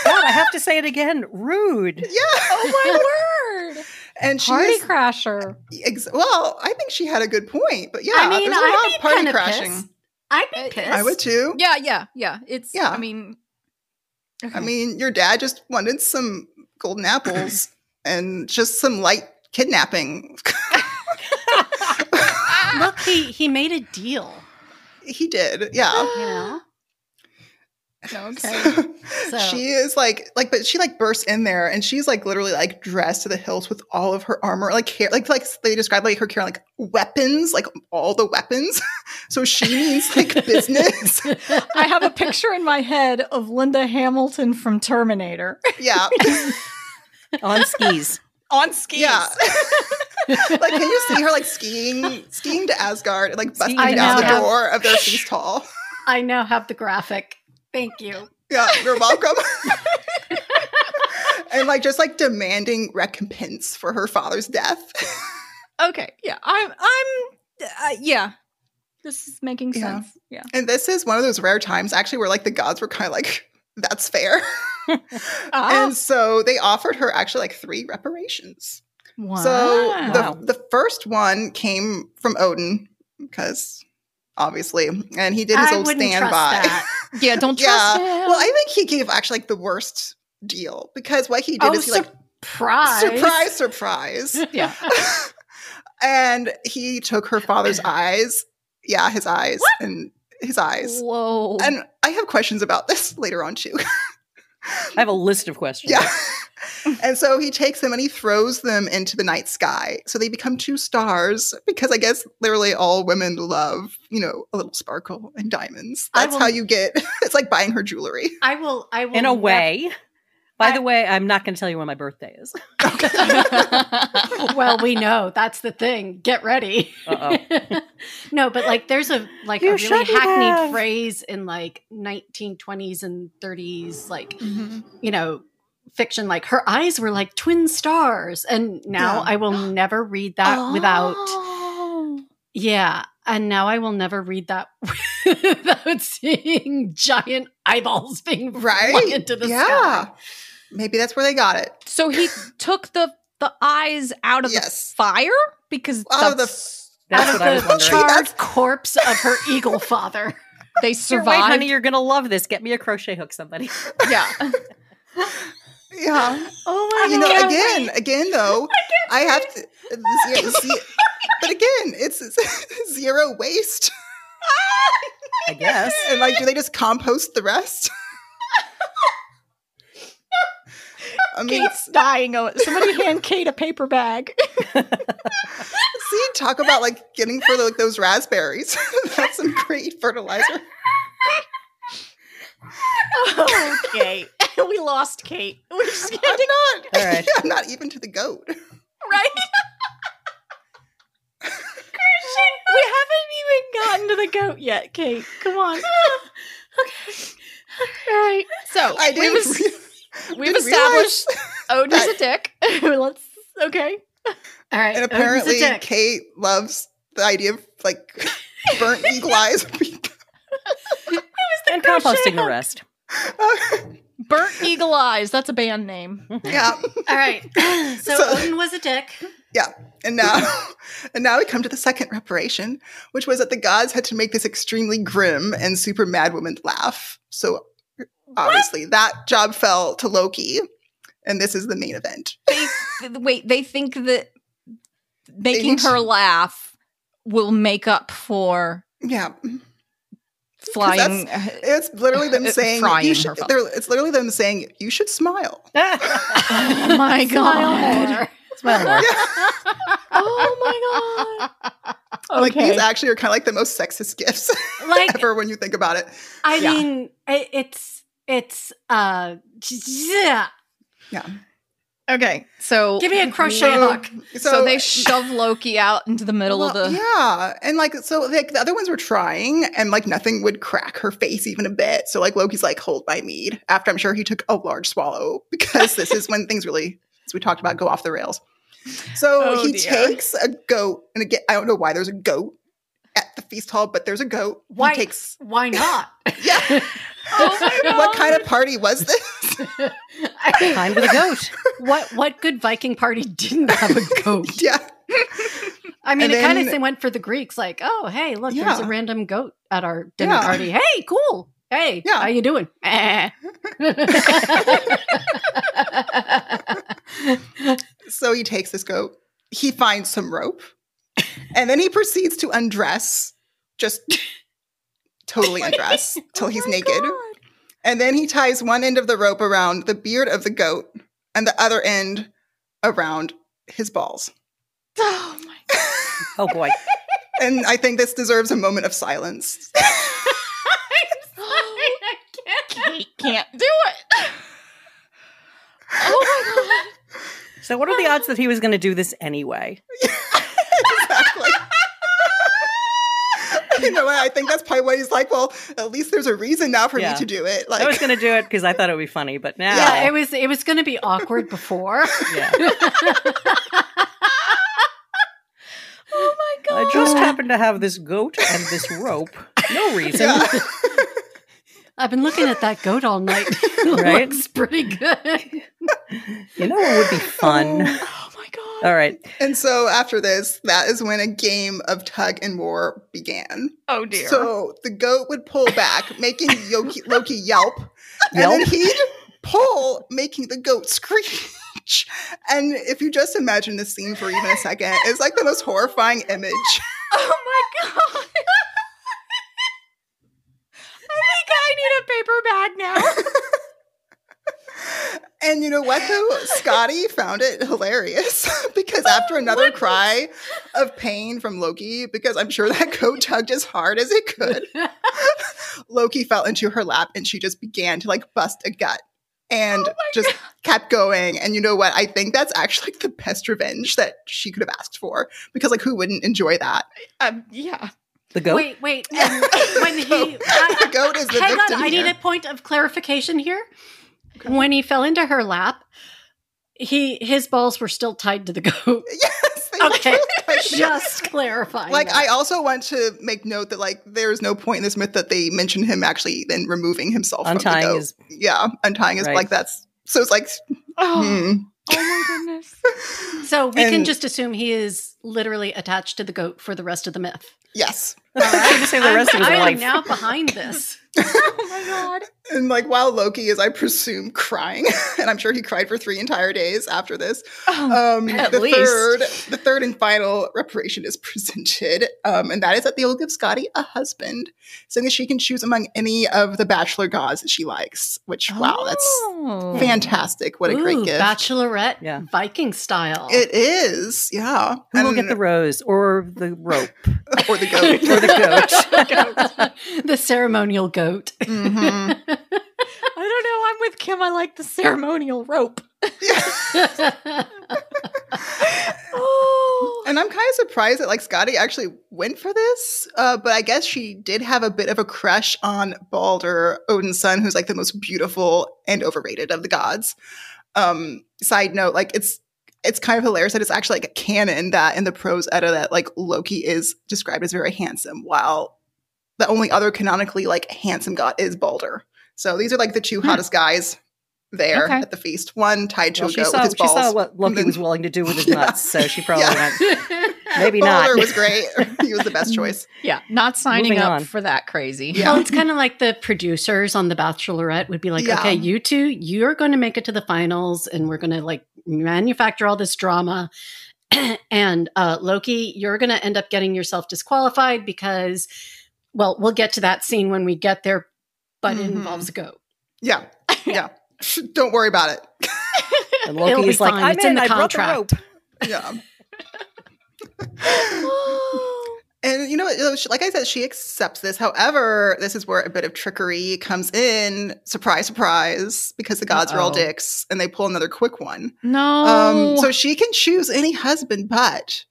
[SPEAKER 4] God, I have to say it again. Rude.
[SPEAKER 2] yeah.
[SPEAKER 3] Oh my word.
[SPEAKER 2] And she
[SPEAKER 3] Party
[SPEAKER 2] is-
[SPEAKER 3] crasher.
[SPEAKER 2] Ex- well, I think she had a good point, but yeah,
[SPEAKER 1] I mean,
[SPEAKER 2] there's a
[SPEAKER 1] I'd
[SPEAKER 2] lot
[SPEAKER 1] be
[SPEAKER 2] of party
[SPEAKER 1] kinda
[SPEAKER 2] crashing.
[SPEAKER 1] pissed. I'd
[SPEAKER 3] I-
[SPEAKER 1] be pissed.
[SPEAKER 2] I would too.
[SPEAKER 3] Yeah, yeah, yeah. It's,
[SPEAKER 2] Yeah.
[SPEAKER 3] I mean, okay.
[SPEAKER 2] I mean, your dad just wanted some golden apples and just some light kidnapping.
[SPEAKER 1] Look, he he made a deal.
[SPEAKER 2] he did, yeah.
[SPEAKER 1] You know.
[SPEAKER 3] okay.
[SPEAKER 1] So-
[SPEAKER 2] She is like, like, but she like bursts in there, and she's like literally like dressed to the hilt with all of her armor, like hair, like like they describe like her carrying like weapons, like all the weapons. so she means like business,
[SPEAKER 3] I have a picture in my head of Linda Hamilton from Terminator
[SPEAKER 2] yeah,
[SPEAKER 4] On skis.
[SPEAKER 3] on skis.
[SPEAKER 2] yeah. like, can you see her like skiing, skiing to Asgard, and like busting
[SPEAKER 4] Skiing
[SPEAKER 1] to
[SPEAKER 2] down the
[SPEAKER 1] Asgard.
[SPEAKER 2] door of their feast hall?
[SPEAKER 1] I now have the graphic. Thank you.
[SPEAKER 2] Yeah, you're welcome. and like just like demanding recompense for her father's death.
[SPEAKER 3] Okay. Yeah. I'm. I'm. Uh, yeah. This is making
[SPEAKER 2] Yeah.
[SPEAKER 3] sense. Yeah.
[SPEAKER 2] and this is one of those rare times actually where like the gods were kind of like, that's fair.
[SPEAKER 1] Oh.
[SPEAKER 3] Ah.
[SPEAKER 2] And so they offered her actually like three reparations. So
[SPEAKER 3] Wow.
[SPEAKER 2] the,
[SPEAKER 4] Wow.
[SPEAKER 2] the first one came from Odin because obviously, and he did his
[SPEAKER 1] I
[SPEAKER 2] old
[SPEAKER 1] wouldn't
[SPEAKER 2] standby.
[SPEAKER 1] trust that.
[SPEAKER 3] yeah, don't
[SPEAKER 2] yeah.
[SPEAKER 3] trust him.
[SPEAKER 2] Well, I think he gave actually like the worst deal because what he did
[SPEAKER 1] oh,
[SPEAKER 2] is he like
[SPEAKER 1] surprise!
[SPEAKER 2] surprise, surprise.
[SPEAKER 1] Yeah.
[SPEAKER 2] and he took her father's eyes. Yeah, his eyes and his eyes.
[SPEAKER 3] Whoa.
[SPEAKER 2] And I have questions about this later on too.
[SPEAKER 4] I have a list of questions.
[SPEAKER 2] yeah. and so he takes them and he throws them into the night sky. So they become two stars because I guess literally all women love, you know, a little sparkle and diamonds.
[SPEAKER 1] I
[SPEAKER 2] That's
[SPEAKER 1] will-
[SPEAKER 2] how you get it's like buying her jewelry.
[SPEAKER 1] I will. I will.
[SPEAKER 4] In a
[SPEAKER 1] nev-
[SPEAKER 4] way. By
[SPEAKER 1] I-
[SPEAKER 4] the way, I'm not going to tell you when my birthday is.
[SPEAKER 1] well, we know that's the thing. Get ready.
[SPEAKER 4] Uh-oh.
[SPEAKER 1] no, but like there's a like
[SPEAKER 4] You
[SPEAKER 1] a really
[SPEAKER 4] shouldn't
[SPEAKER 1] hackneyed
[SPEAKER 4] have.
[SPEAKER 1] phrase in like 1920s and 30s, like
[SPEAKER 3] Mhm.
[SPEAKER 1] you know, fiction. Like her eyes were like twin stars, and now
[SPEAKER 2] Yeah.
[SPEAKER 3] uh,
[SPEAKER 2] Oh.
[SPEAKER 1] I will never read that without
[SPEAKER 3] Oh.
[SPEAKER 1] Yeah. And now I will never read that without seeing giant eyeballs being
[SPEAKER 2] Right?
[SPEAKER 1] flung into the
[SPEAKER 2] yeah.
[SPEAKER 1] sky.
[SPEAKER 2] Maybe that's where they got it.
[SPEAKER 3] So he took the the eyes out of
[SPEAKER 2] Yes.
[SPEAKER 3] the fire because
[SPEAKER 2] Out of the-
[SPEAKER 3] that's-
[SPEAKER 4] That's
[SPEAKER 1] Out of
[SPEAKER 4] what I was
[SPEAKER 1] the
[SPEAKER 4] wondering.
[SPEAKER 2] char-
[SPEAKER 1] charred corpse of her eagle father.
[SPEAKER 3] they
[SPEAKER 4] Here,
[SPEAKER 3] survived.
[SPEAKER 4] wait, honey, you're gonna love this. Get me a crochet hook, somebody.
[SPEAKER 3] yeah.
[SPEAKER 2] Yeah.
[SPEAKER 4] Oh my
[SPEAKER 2] you know, again, again though, I, have to. uh, the zero- ze- but again, it's, it's zero waste,
[SPEAKER 4] I guess.
[SPEAKER 2] and like, do they just compost the rest? I mean,
[SPEAKER 3] Kate's dying. Oh, somebody hand Kate a paper bag.
[SPEAKER 2] see, talk about like getting for like those raspberries. That's some great fertilizer.
[SPEAKER 3] okay. we lost Kate. We're just
[SPEAKER 2] I'm
[SPEAKER 3] kidding,
[SPEAKER 2] not.
[SPEAKER 4] All right.
[SPEAKER 2] I'm not even to the goat.
[SPEAKER 3] right?
[SPEAKER 1] We haven't even gotten to the goat yet, Kate. Come on.
[SPEAKER 3] All right. So
[SPEAKER 2] I didn't.
[SPEAKER 3] we've, es-
[SPEAKER 2] re-
[SPEAKER 3] we've
[SPEAKER 2] didn't realize-
[SPEAKER 3] established Odin's a dick. Let's okay.
[SPEAKER 1] All right.
[SPEAKER 2] And
[SPEAKER 1] Odin's a
[SPEAKER 2] apparently,
[SPEAKER 1] dick.
[SPEAKER 2] Kate loves the idea of like burnt eagle eyes.
[SPEAKER 4] And composting the rest.
[SPEAKER 2] Uh,
[SPEAKER 3] Burnt Eagle Eyes. That's a band name.
[SPEAKER 2] yeah,
[SPEAKER 1] All right. So,
[SPEAKER 2] So-
[SPEAKER 1] Odin was a dick.
[SPEAKER 2] and now, and now we come to the second reparation, which was that the gods had to make this extremely grim and super mad woman laugh. So obviously, that job fell to Loki, and this is the main event.
[SPEAKER 3] They th- wait. They think that making
[SPEAKER 2] Things-
[SPEAKER 3] her laugh will make up for
[SPEAKER 2] Yeah,
[SPEAKER 3] flying.
[SPEAKER 2] it's literally them
[SPEAKER 3] Uh,
[SPEAKER 2] saying
[SPEAKER 3] frying
[SPEAKER 2] you
[SPEAKER 3] her
[SPEAKER 2] should.
[SPEAKER 3] phone.
[SPEAKER 2] they're- It's literally them saying you should smile.
[SPEAKER 3] Oh
[SPEAKER 1] Smile
[SPEAKER 3] my god.
[SPEAKER 1] more.
[SPEAKER 4] Smile more.
[SPEAKER 3] Oh my god.
[SPEAKER 2] Like
[SPEAKER 3] Okay.
[SPEAKER 2] these actually are kind of like the most sexist gifts
[SPEAKER 1] Like
[SPEAKER 2] ever when you think about it.
[SPEAKER 1] I
[SPEAKER 3] Yeah.
[SPEAKER 1] mean, i it's it's uh yeah.
[SPEAKER 3] Okay. So
[SPEAKER 1] Give me a crochet
[SPEAKER 2] So-
[SPEAKER 1] hook.
[SPEAKER 3] So, they shove Loki out into the middle of
[SPEAKER 2] Well,
[SPEAKER 3] the.
[SPEAKER 2] yeah and like so like the other ones were trying and like nothing would crack her face even a bit so like loki's like hold my mead after i'm sure he took a large swallow because this is when things really as we talked about go off the rails so
[SPEAKER 3] Oh,
[SPEAKER 2] he
[SPEAKER 3] dear.
[SPEAKER 2] takes a goat and again i don't know why there's a goat at the feast hall but there's a goat
[SPEAKER 1] Why-
[SPEAKER 2] he takes
[SPEAKER 1] Why not?
[SPEAKER 2] yeah
[SPEAKER 1] Oh my
[SPEAKER 2] what kind of party was this
[SPEAKER 1] I mean,
[SPEAKER 4] Time with a goat.
[SPEAKER 1] what what good Viking party didn't have a goat?
[SPEAKER 2] yeah
[SPEAKER 1] I mean,
[SPEAKER 2] And
[SPEAKER 1] it kind of
[SPEAKER 2] then-
[SPEAKER 1] they went for the Greeks, like, oh hey, look, there's a
[SPEAKER 2] Yeah.
[SPEAKER 1] random goat at our dinner
[SPEAKER 2] Yeah.
[SPEAKER 1] party. Hey, cool. Hey,
[SPEAKER 2] Yeah.
[SPEAKER 1] how you doing? Eh.
[SPEAKER 2] So he takes this goat. He finds some rope, and then he proceeds to undress, just
[SPEAKER 4] Oh
[SPEAKER 2] totally undress till he's naked. And then he ties one end of the rope around the beard of the goat and the other end around his balls.
[SPEAKER 3] Oh my
[SPEAKER 4] Oh boy.
[SPEAKER 2] And I think this deserves a moment of silence.
[SPEAKER 1] I can't.
[SPEAKER 3] Kate can't do it. Oh
[SPEAKER 4] So what are the odds that he was gonna do this anyway?
[SPEAKER 2] exactly. you know, I think that's probably why he's like, well, at least there's a reason now for
[SPEAKER 4] Yeah.
[SPEAKER 2] me to do it.
[SPEAKER 4] I was
[SPEAKER 2] Like,
[SPEAKER 4] gonna do it because I thought it would be funny, but now
[SPEAKER 1] Yeah, it was it was going to be awkward before.
[SPEAKER 4] yeah.
[SPEAKER 3] Oh my god.
[SPEAKER 4] I just happen to have this goat and this rope. No reason.
[SPEAKER 2] yeah.
[SPEAKER 1] I've been looking at that goat all night. It
[SPEAKER 4] Right?
[SPEAKER 1] Looks pretty good.
[SPEAKER 4] You know it would be fun.
[SPEAKER 3] Oh my god.
[SPEAKER 2] Uh,
[SPEAKER 4] All right.
[SPEAKER 2] And so after this, that is when a game of tug and war began.
[SPEAKER 3] Oh dear.
[SPEAKER 2] So the goat would pull back, making Yoki, Loki yelp, and then
[SPEAKER 4] Yelp?
[SPEAKER 2] he'd pull, making the goat screech. And if you just imagine this scene for even a second, it's like the most horrifying image.
[SPEAKER 3] oh my god. I think I need a paper bag now.
[SPEAKER 2] And you know what though? Scotty found it hilarious because
[SPEAKER 1] Oh,
[SPEAKER 2] after another cry of pain from Loki, because I'm sure that goat tugged as hard as it could, Loki fell into her lap and she just began to like bust a gut and
[SPEAKER 1] Oh
[SPEAKER 2] just kept going. And you know what? I think that's actually the best revenge that she could have asked for because like who wouldn't enjoy that?
[SPEAKER 3] um, yeah.
[SPEAKER 4] The goat.
[SPEAKER 1] Wait, wait. And when he,
[SPEAKER 2] the
[SPEAKER 1] I,
[SPEAKER 2] goat is the
[SPEAKER 1] hang
[SPEAKER 2] victim
[SPEAKER 1] on, I need
[SPEAKER 2] here.
[SPEAKER 1] a point of clarification here. When he fell into her lap, he his balls were still tied to the goat.
[SPEAKER 2] Yes, they
[SPEAKER 1] Okay.
[SPEAKER 2] Like,
[SPEAKER 1] Just clarifying.
[SPEAKER 2] like I
[SPEAKER 1] that.
[SPEAKER 2] also want to make note that like there is no point in this myth that they mention him actually then removing himself
[SPEAKER 4] Untying
[SPEAKER 2] from the goat.
[SPEAKER 4] is
[SPEAKER 2] yeah untying his
[SPEAKER 4] Right.
[SPEAKER 2] like that's so it's like
[SPEAKER 3] Oh,
[SPEAKER 2] hmm.
[SPEAKER 3] oh my goodness.
[SPEAKER 1] So we can
[SPEAKER 2] and-
[SPEAKER 1] just assume he is literally attached to the goat for the rest of the myth.
[SPEAKER 2] yes
[SPEAKER 4] I was gonna say the
[SPEAKER 1] I'm-
[SPEAKER 4] rest of his
[SPEAKER 1] I am
[SPEAKER 4] life.
[SPEAKER 1] now behind this.
[SPEAKER 3] Oh my god.
[SPEAKER 2] and like while Loki is I presume crying and I'm sure he cried for three entire days after this
[SPEAKER 3] Oh,
[SPEAKER 2] um,
[SPEAKER 3] At
[SPEAKER 2] the
[SPEAKER 3] least.
[SPEAKER 2] third the third and final reparation is presented um, and that is that they will give Scotty a husband so that she can choose among any of the bachelor gods that she likes which wow that's
[SPEAKER 3] Oh.
[SPEAKER 2] fantastic what a great
[SPEAKER 1] Ooh,
[SPEAKER 2] gift
[SPEAKER 1] Bachelorette
[SPEAKER 4] Yeah.
[SPEAKER 1] Viking style.
[SPEAKER 2] it is yeah
[SPEAKER 4] Who will get the
[SPEAKER 2] And-
[SPEAKER 4] rose or the rope
[SPEAKER 2] or the goat
[SPEAKER 4] or the goat?
[SPEAKER 1] the ceremonial goat.
[SPEAKER 2] Mhm.
[SPEAKER 3] I don't know. I'm with Kim. I like the ceremonial rope. Oh.
[SPEAKER 2] And I'm kind of surprised that like Scotty actually went for this, uh, but I guess she did have a bit of a crush on Balder, Odin's son, who's like the most beautiful and overrated of the gods. Um, side note, like it's it's kind of hilarious that it's actually like canon that in the prose edda that like Loki is described as very handsome, while the only other canonically like handsome god is Balder. So these are like the two
[SPEAKER 3] Hmm.
[SPEAKER 2] hottest guys there
[SPEAKER 3] Okay.
[SPEAKER 2] at the feast. One tied to
[SPEAKER 4] Well,
[SPEAKER 2] a
[SPEAKER 4] she
[SPEAKER 2] goat
[SPEAKER 4] saw
[SPEAKER 2] with his
[SPEAKER 4] she
[SPEAKER 2] balls.
[SPEAKER 4] saw what Loki
[SPEAKER 2] then-
[SPEAKER 4] was willing to do with his
[SPEAKER 2] Yeah.
[SPEAKER 4] nuts, so she probably
[SPEAKER 2] Yeah.
[SPEAKER 4] went maybe
[SPEAKER 2] Balder
[SPEAKER 4] not.
[SPEAKER 2] was great. he was the best choice.
[SPEAKER 3] yeah, not signing
[SPEAKER 4] Moving
[SPEAKER 3] up
[SPEAKER 4] on.
[SPEAKER 3] for that crazy.
[SPEAKER 2] Yeah.
[SPEAKER 1] Well, it's kind of like the producers on The Bachelorette would be like,
[SPEAKER 2] Yeah.
[SPEAKER 1] okay, you two, you're going to make it to the finals and we're going to like manufacture all this drama. and uh, Loki, you're going to end up getting yourself disqualified because, well, we'll get to that scene when we get there, but it
[SPEAKER 2] Mhm.
[SPEAKER 1] involves a goat.
[SPEAKER 2] Yeah. Yeah. Don't worry about it.
[SPEAKER 4] And
[SPEAKER 1] It'll
[SPEAKER 4] Loki
[SPEAKER 1] be
[SPEAKER 4] is like,
[SPEAKER 1] fine.
[SPEAKER 4] I'm
[SPEAKER 1] It's
[SPEAKER 4] in,
[SPEAKER 1] in the
[SPEAKER 4] I brought the
[SPEAKER 1] contract.
[SPEAKER 4] rope.
[SPEAKER 2] Yeah. and you know, you know, she- like I said, she accepts this. However, this is where a bit of trickery comes in. Surprise, surprise, because the gods are all
[SPEAKER 3] Uh-oh. Oh.
[SPEAKER 2] dicks and they pull another quick one.
[SPEAKER 3] No.
[SPEAKER 2] Um, so she can choose any husband, but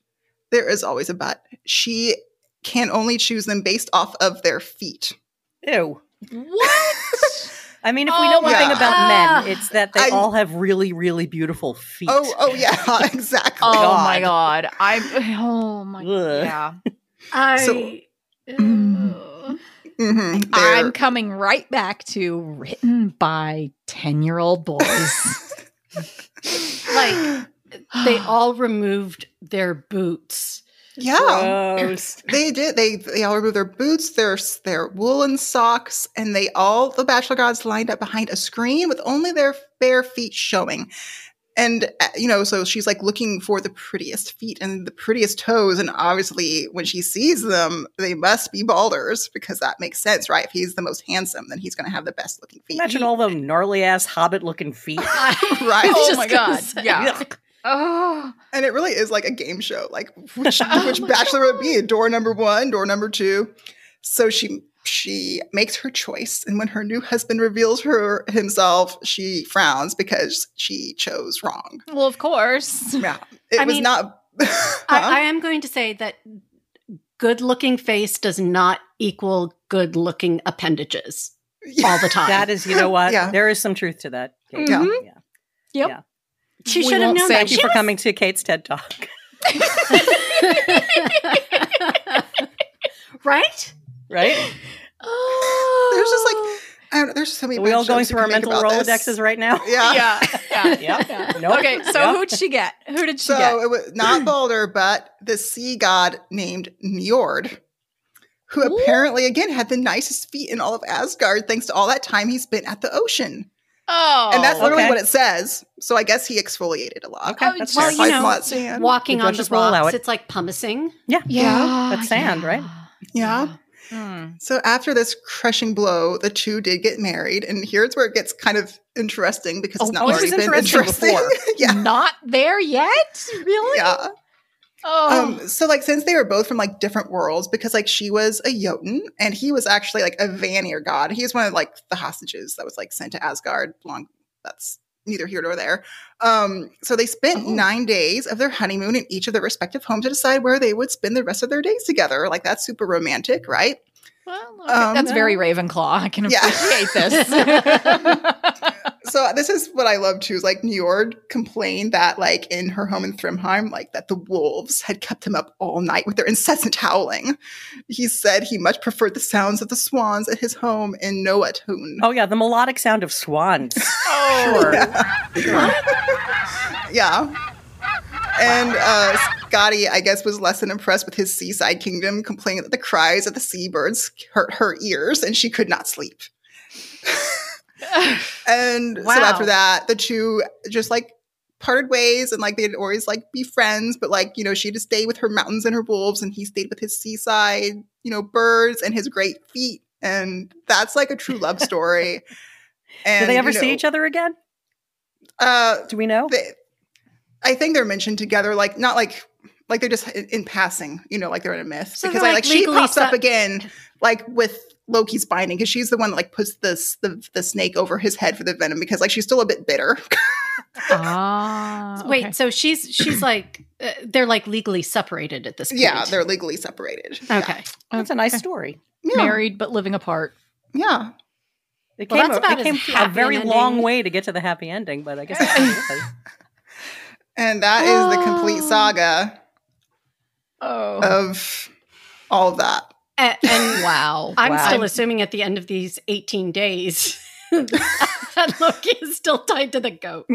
[SPEAKER 2] there is always a but. She can only choose them based off of their feet.
[SPEAKER 4] Ew.
[SPEAKER 3] what?
[SPEAKER 4] I mean, if we know
[SPEAKER 3] Oh
[SPEAKER 4] one
[SPEAKER 2] my
[SPEAKER 4] thing about
[SPEAKER 1] God.
[SPEAKER 4] men, it's that they
[SPEAKER 2] I-
[SPEAKER 4] all have really, really beautiful feet.
[SPEAKER 2] Oh, oh yeah, exactly.
[SPEAKER 3] oh
[SPEAKER 4] God.
[SPEAKER 3] my god. I'm. Oh my.
[SPEAKER 4] Ugh.
[SPEAKER 3] Yeah.
[SPEAKER 1] I.
[SPEAKER 2] So-
[SPEAKER 1] Ugh.
[SPEAKER 2] Mhm.
[SPEAKER 3] I'm
[SPEAKER 2] They're-
[SPEAKER 3] coming right back to written by ten-year-old boys.
[SPEAKER 1] like, they all removed their boots.
[SPEAKER 2] yeah. Oh.
[SPEAKER 4] Gross.
[SPEAKER 2] They did. They they all removed their boots, their their woolen socks, and they all the bachelor gods lined up behind a screen with only their bare feet showing. And uh, you know, so she's like looking for the prettiest feet and the prettiest toes, and obviously when she sees them, they must be Baldur's because that makes sense, right? If he's the most handsome, then he's going to have the best looking feet.
[SPEAKER 4] Imagine all them gnarly ass hobbit looking feet.
[SPEAKER 1] I
[SPEAKER 2] Right.
[SPEAKER 1] was
[SPEAKER 3] Oh
[SPEAKER 1] just
[SPEAKER 3] my
[SPEAKER 1] gonna
[SPEAKER 3] God.
[SPEAKER 1] say.
[SPEAKER 3] Yeah.
[SPEAKER 4] Yuck.
[SPEAKER 3] oh.
[SPEAKER 2] And it really is like a game show. Like which
[SPEAKER 3] Oh
[SPEAKER 2] which
[SPEAKER 3] my
[SPEAKER 2] bachelor would be door number one, door number two. So she she makes her choice, and when her new husband reveals her himself, she frowns because she chose wrong.
[SPEAKER 3] Well, of course.
[SPEAKER 2] Yeah, it
[SPEAKER 1] I
[SPEAKER 2] was
[SPEAKER 1] mean,
[SPEAKER 2] not. Huh?
[SPEAKER 1] I, I am going to say that good looking face does not equal good looking appendages
[SPEAKER 2] Yeah.
[SPEAKER 1] all the time.
[SPEAKER 4] That is, you know what?
[SPEAKER 2] Yeah.
[SPEAKER 4] There is some truth to that. Kate.
[SPEAKER 2] Yeah.
[SPEAKER 1] Mm-hmm.
[SPEAKER 4] yeah.
[SPEAKER 1] she
[SPEAKER 3] we
[SPEAKER 1] should have
[SPEAKER 3] won't
[SPEAKER 1] known
[SPEAKER 3] say
[SPEAKER 1] that.
[SPEAKER 4] Thank you
[SPEAKER 1] She
[SPEAKER 4] for
[SPEAKER 1] was-
[SPEAKER 4] coming to Kate's TED Talk.
[SPEAKER 1] right?
[SPEAKER 4] Right?
[SPEAKER 2] There's just like I don't know, there's so many.
[SPEAKER 4] Are we all
[SPEAKER 2] bad
[SPEAKER 4] going
[SPEAKER 2] jokes you
[SPEAKER 4] through our
[SPEAKER 2] can make
[SPEAKER 4] mental
[SPEAKER 2] about
[SPEAKER 4] Rolodexes
[SPEAKER 2] this.
[SPEAKER 4] right now?
[SPEAKER 2] Yeah.
[SPEAKER 3] Oh. yeah, yeah,
[SPEAKER 4] Yep.
[SPEAKER 3] yeah.
[SPEAKER 4] Nope.
[SPEAKER 3] Okay, so
[SPEAKER 4] Yep.
[SPEAKER 3] who'd she get? Who did she
[SPEAKER 2] So
[SPEAKER 3] get?
[SPEAKER 2] it was not Balder, but the sea god named Njord, who
[SPEAKER 3] Ooh.
[SPEAKER 2] apparently again had the nicest feet in all of Asgard, thanks to all that time he spent at the ocean.
[SPEAKER 3] Oh,
[SPEAKER 2] and that's literally
[SPEAKER 4] okay.
[SPEAKER 2] what it says. So I guess he exfoliated a lot.
[SPEAKER 4] Okay,
[SPEAKER 3] Oh,
[SPEAKER 4] that's
[SPEAKER 1] well,
[SPEAKER 4] fair.
[SPEAKER 1] you know,
[SPEAKER 2] sand.
[SPEAKER 1] Walking
[SPEAKER 4] The
[SPEAKER 1] on the
[SPEAKER 4] judges will allow
[SPEAKER 1] rocks,
[SPEAKER 4] it.
[SPEAKER 1] it's like pumicing.
[SPEAKER 4] Yeah.
[SPEAKER 3] yeah,
[SPEAKER 4] That's sand, right?
[SPEAKER 2] yeah.
[SPEAKER 3] Hmm.
[SPEAKER 2] So after this crushing blow, the two did get married, and here's where it gets kind of interesting because
[SPEAKER 4] Oh,
[SPEAKER 2] it's not
[SPEAKER 4] oh, it was
[SPEAKER 2] already been
[SPEAKER 4] interesting
[SPEAKER 2] interesting.
[SPEAKER 4] before.
[SPEAKER 2] yeah.
[SPEAKER 3] Not there yet, really?
[SPEAKER 2] Yeah.
[SPEAKER 3] Oh,
[SPEAKER 2] Um, so like since they were both from like different worlds, because like she was a Jotun and he was actually like a Vanir god. He was one of like the hostages that was like sent to Asgard long that's neither here nor there. Um, so they spent
[SPEAKER 4] Oh.
[SPEAKER 2] nine days of their honeymoon in each of their respective homes to decide where they would spend the rest of their days together. Like that's super romantic, right?
[SPEAKER 3] well, okay,
[SPEAKER 2] um,
[SPEAKER 3] that's very Ravenclaw. I can
[SPEAKER 2] yeah.
[SPEAKER 3] appreciate this.
[SPEAKER 2] so this is what I love too. Is like Njord complained that like in her home in Thrymheim, like that the wolves had kept him up all night with their incessant howling. He said he much preferred the sounds of the swans at his home in Noatun.
[SPEAKER 4] Oh yeah, the melodic sound of swans.
[SPEAKER 3] Oh,
[SPEAKER 2] Yeah. And uh, Scotty, I guess, was less than impressed with his seaside kingdom, complaining that the cries of the seabirds hurt her ears and she could not sleep. and
[SPEAKER 1] Wow.
[SPEAKER 2] so after that, the two just like parted ways and like they'd always like be friends, but like, you know, she'd just stay with her mountains and her wolves and he stayed with his seaside, you know, birds and his great feet. And that's like a true love story.
[SPEAKER 4] Do
[SPEAKER 2] And
[SPEAKER 4] they ever
[SPEAKER 2] you know,
[SPEAKER 4] see each other again?
[SPEAKER 2] Uh,
[SPEAKER 4] Do we know?
[SPEAKER 2] they, I think they're mentioned together, like not like like they're just in, in passing, you know, like they're in a myth.
[SPEAKER 1] So
[SPEAKER 2] because
[SPEAKER 1] they're,
[SPEAKER 2] I
[SPEAKER 1] like,
[SPEAKER 2] like she
[SPEAKER 1] legally
[SPEAKER 2] pops up
[SPEAKER 1] se-
[SPEAKER 2] again, like with Loki's binding, because she's the one that like puts this the the snake over his head for the venom, because like she's still a bit bitter.
[SPEAKER 3] ah,
[SPEAKER 1] Wait, so she's she's like uh, they're like legally separated at this point.
[SPEAKER 2] yeah, they're legally separated. Yeah.
[SPEAKER 1] okay.
[SPEAKER 4] That's a nice story.
[SPEAKER 2] Yeah.
[SPEAKER 3] married but living apart.
[SPEAKER 2] yeah.
[SPEAKER 4] It
[SPEAKER 1] Well,
[SPEAKER 4] came,
[SPEAKER 1] that's
[SPEAKER 4] a,
[SPEAKER 1] about
[SPEAKER 4] it
[SPEAKER 1] as
[SPEAKER 4] came a
[SPEAKER 1] happy
[SPEAKER 4] very
[SPEAKER 1] an
[SPEAKER 4] long
[SPEAKER 1] ending.
[SPEAKER 4] way to get to the happy ending, but I guess that's okay.
[SPEAKER 2] And that is the complete
[SPEAKER 1] Ah.
[SPEAKER 3] Oh.
[SPEAKER 2] saga
[SPEAKER 3] Oh,
[SPEAKER 2] of all of that.
[SPEAKER 1] A- and
[SPEAKER 3] wow.
[SPEAKER 1] I'm
[SPEAKER 4] Wow.
[SPEAKER 1] still assuming at the end of these 18 days that Loki is still tied to the goat.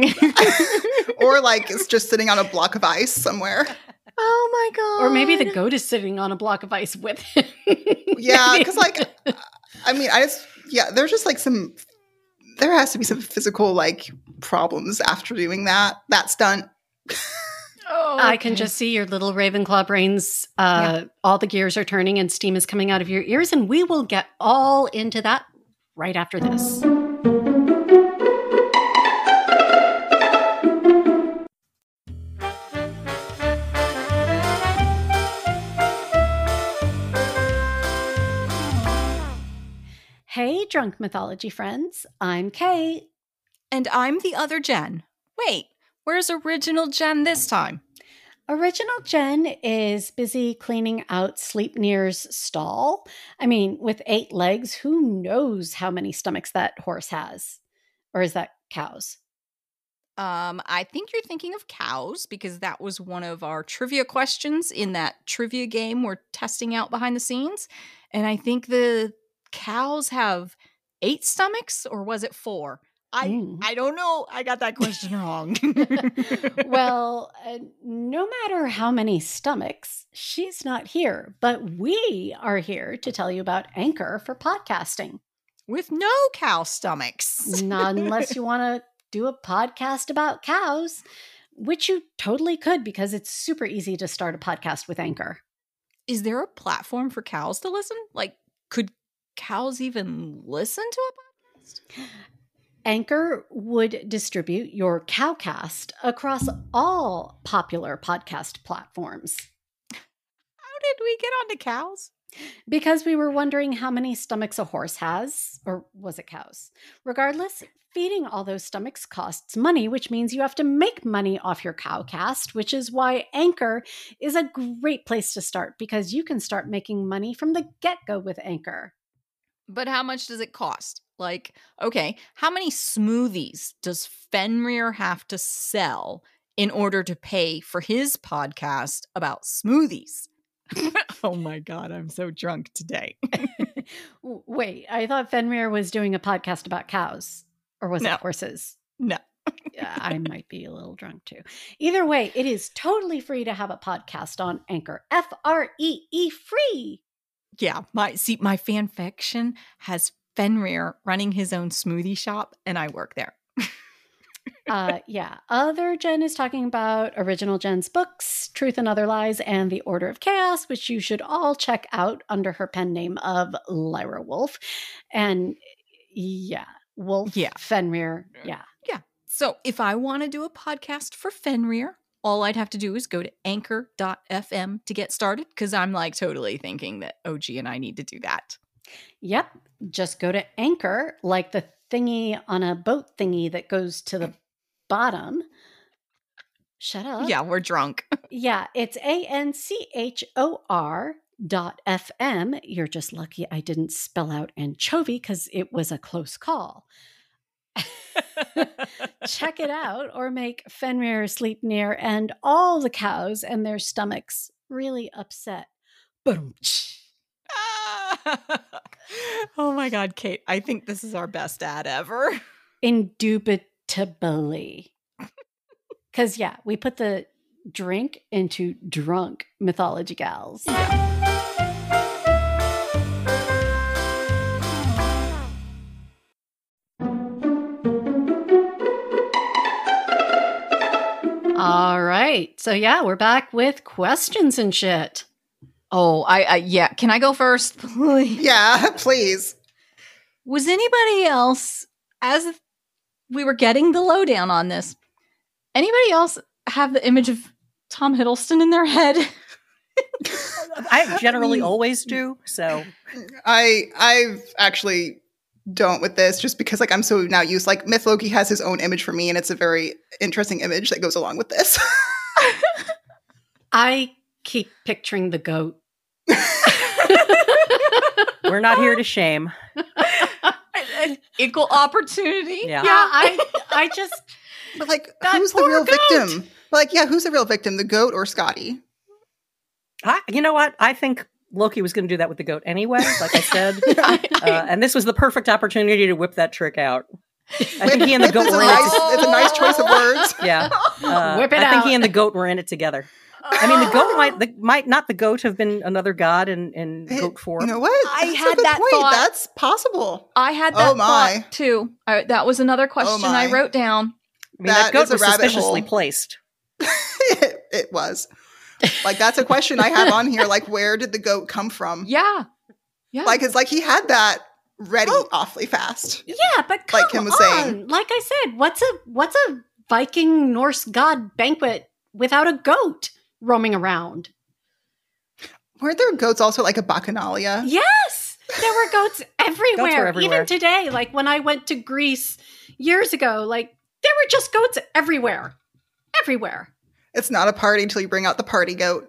[SPEAKER 2] or like it's just sitting on a block of ice somewhere.
[SPEAKER 3] oh my god.
[SPEAKER 1] Or maybe the goat is sitting on a block of ice with him.
[SPEAKER 2] Yeah, because like, I mean, I just yeah, there's just like some. There has to be some physical like problems after doing that that stunt.
[SPEAKER 3] Oh,
[SPEAKER 1] I can
[SPEAKER 3] okay.
[SPEAKER 1] just see your little Ravenclaw brains. Uh, All the gears are turning and steam is coming out of your ears, and we will get all into that right after this. Hey, drunk mythology friends. I'm Kay.
[SPEAKER 3] And I'm the other Jen. Wait, where's original Jen this time?
[SPEAKER 1] Original Jen is busy cleaning out Sleep Near's stall. I mean, with eight legs, who knows how many stomachs that horse has? Or is that cows?
[SPEAKER 3] Um, I think you're thinking of cows because that was one of our trivia questions in that trivia game we're testing out behind the scenes. And I think the cows have eight stomachs, or was it four? I
[SPEAKER 1] Mm.
[SPEAKER 3] I don't know. I got that question wrong.
[SPEAKER 1] well, uh, no matter how many stomachs, she's not here, but we are here to tell you about Anchor for podcasting.
[SPEAKER 3] with no cow stomachs.
[SPEAKER 1] Not unless you want to do a podcast about cows, which you totally could because it's super easy to start a podcast with Anchor.
[SPEAKER 3] Is there a platform for cows to listen? Like, could cows even listen to a
[SPEAKER 1] Anchor would distribute your cowcast across all popular podcast platforms.
[SPEAKER 3] How did we get onto cows?
[SPEAKER 1] Because we were wondering how many stomachs a horse has, or was it cows? Regardless, feeding all those stomachs costs money, which means you have to make money off your cowcast, which is why Anchor is a great place to start because you can start making money from the get go with Anchor.
[SPEAKER 3] But how much does it cost? Like, okay, how many smoothies does Fenrir have to sell in order to pay for his podcast about smoothies? oh my God, I'm so drunk today.
[SPEAKER 1] W- Wait, I thought Fenrir was doing a podcast about cows, or was
[SPEAKER 3] No.
[SPEAKER 1] it horses?
[SPEAKER 3] No.
[SPEAKER 1] Yeah, I might be a little drunk too. Either way, it is totally free to have a podcast on Anchor. F R E E free.
[SPEAKER 3] Yeah, my see, my fan fiction has Fenrir running his own smoothie shop, and I work there.
[SPEAKER 1] Uh, yeah. Other Jen is talking about Original Jen's books, Truth and Other Lies, and The Order of Chaos, which you should all check out under her pen name of Lyra Wolf. And yeah, Wolf,
[SPEAKER 3] Yeah.
[SPEAKER 1] Fenrir. Yeah.
[SPEAKER 3] So if I want to do a podcast for Fenrir, all I'd have to do is go to anchor.fm to get started because I'm like totally thinking that OG and I need to do that.
[SPEAKER 1] Yep. Just go to anchor, like the thingy on a boat thingy that goes to the bottom. Shut up.
[SPEAKER 3] Yeah, we're drunk.
[SPEAKER 1] Yeah. It's A N C H O R dot FM. You're just lucky I didn't spell out anchovy because it was a close call. Check it out or make Fenrir sleep near and all the cows and their stomachs really upset. Boom.
[SPEAKER 3] oh my God, Kate. I think this is our best ad ever.
[SPEAKER 1] Indubitably. Because, yeah, we put the drink into drunk mythology gals. All right. So, yeah, we're back with questions and shit.
[SPEAKER 3] Oh, I, I yeah. Can I go first, please?
[SPEAKER 2] Yeah, please.
[SPEAKER 3] Was anybody else, as we were getting the lowdown on this, anybody else have the image of Tom Hiddleston in their head?
[SPEAKER 4] I generally
[SPEAKER 2] Mm.
[SPEAKER 4] always do. So
[SPEAKER 2] I I actually don't with this just because like I'm so now used like Myth Loki has his own image for me and it's a very interesting image that goes along with this.
[SPEAKER 1] I keep picturing the goat.
[SPEAKER 4] we're not here to shame.
[SPEAKER 3] An equal opportunity.
[SPEAKER 4] Yeah.
[SPEAKER 1] Yeah, I, I just,
[SPEAKER 2] But like
[SPEAKER 1] That
[SPEAKER 2] who's the
[SPEAKER 1] poor
[SPEAKER 2] real
[SPEAKER 1] goat.
[SPEAKER 2] victim? Like yeah, who's the real victim? The goat or Scotty?
[SPEAKER 4] I, you know what? I think Loki was going to do that with the goat anyway, like I said. Uh, and this was the perfect opportunity to whip that trick out. I think he and the
[SPEAKER 2] Whip is
[SPEAKER 4] goat
[SPEAKER 2] a
[SPEAKER 4] were in
[SPEAKER 2] nice,
[SPEAKER 4] it.
[SPEAKER 2] it's a nice choice of words.
[SPEAKER 4] To- yeah. Uh,
[SPEAKER 1] Whip it
[SPEAKER 4] I think
[SPEAKER 1] out.
[SPEAKER 4] he and the goat were in it together. I mean, the goat might, the, might not the goat have been another god in, in
[SPEAKER 2] Hey,
[SPEAKER 4] goat form.
[SPEAKER 2] You know what?
[SPEAKER 3] I
[SPEAKER 2] That's a
[SPEAKER 3] had
[SPEAKER 2] good
[SPEAKER 3] that
[SPEAKER 2] point.
[SPEAKER 3] thought.
[SPEAKER 2] That's possible.
[SPEAKER 3] I had
[SPEAKER 2] Oh
[SPEAKER 3] that
[SPEAKER 2] my. Oh,
[SPEAKER 3] thought too. All right, that was another question I
[SPEAKER 2] my.
[SPEAKER 3] wrote down.
[SPEAKER 4] I mean,
[SPEAKER 2] That
[SPEAKER 4] that, goat
[SPEAKER 2] is a
[SPEAKER 4] was
[SPEAKER 2] rabbit
[SPEAKER 4] suspiciously
[SPEAKER 2] hole.
[SPEAKER 4] placed.
[SPEAKER 2] it, it was. Like that's a question I have on here. Like where did the goat come from?
[SPEAKER 3] Yeah. Yeah.
[SPEAKER 2] Like it's like he had that ready
[SPEAKER 1] Oh.
[SPEAKER 2] awfully fast.
[SPEAKER 1] yeah, but come
[SPEAKER 2] Like Kim
[SPEAKER 1] on.
[SPEAKER 2] was saying.
[SPEAKER 1] Like I said, what's a what's a Viking Norse god banquet without a goat roaming around?
[SPEAKER 2] Weren't there goats also like a bacchanalia?
[SPEAKER 1] Yes, there were goats everywhere.
[SPEAKER 4] everywhere.
[SPEAKER 1] Even today, like when I went to Greece years ago, like there were just goats everywhere, everywhere.
[SPEAKER 2] It's not a party until you bring out the party goat.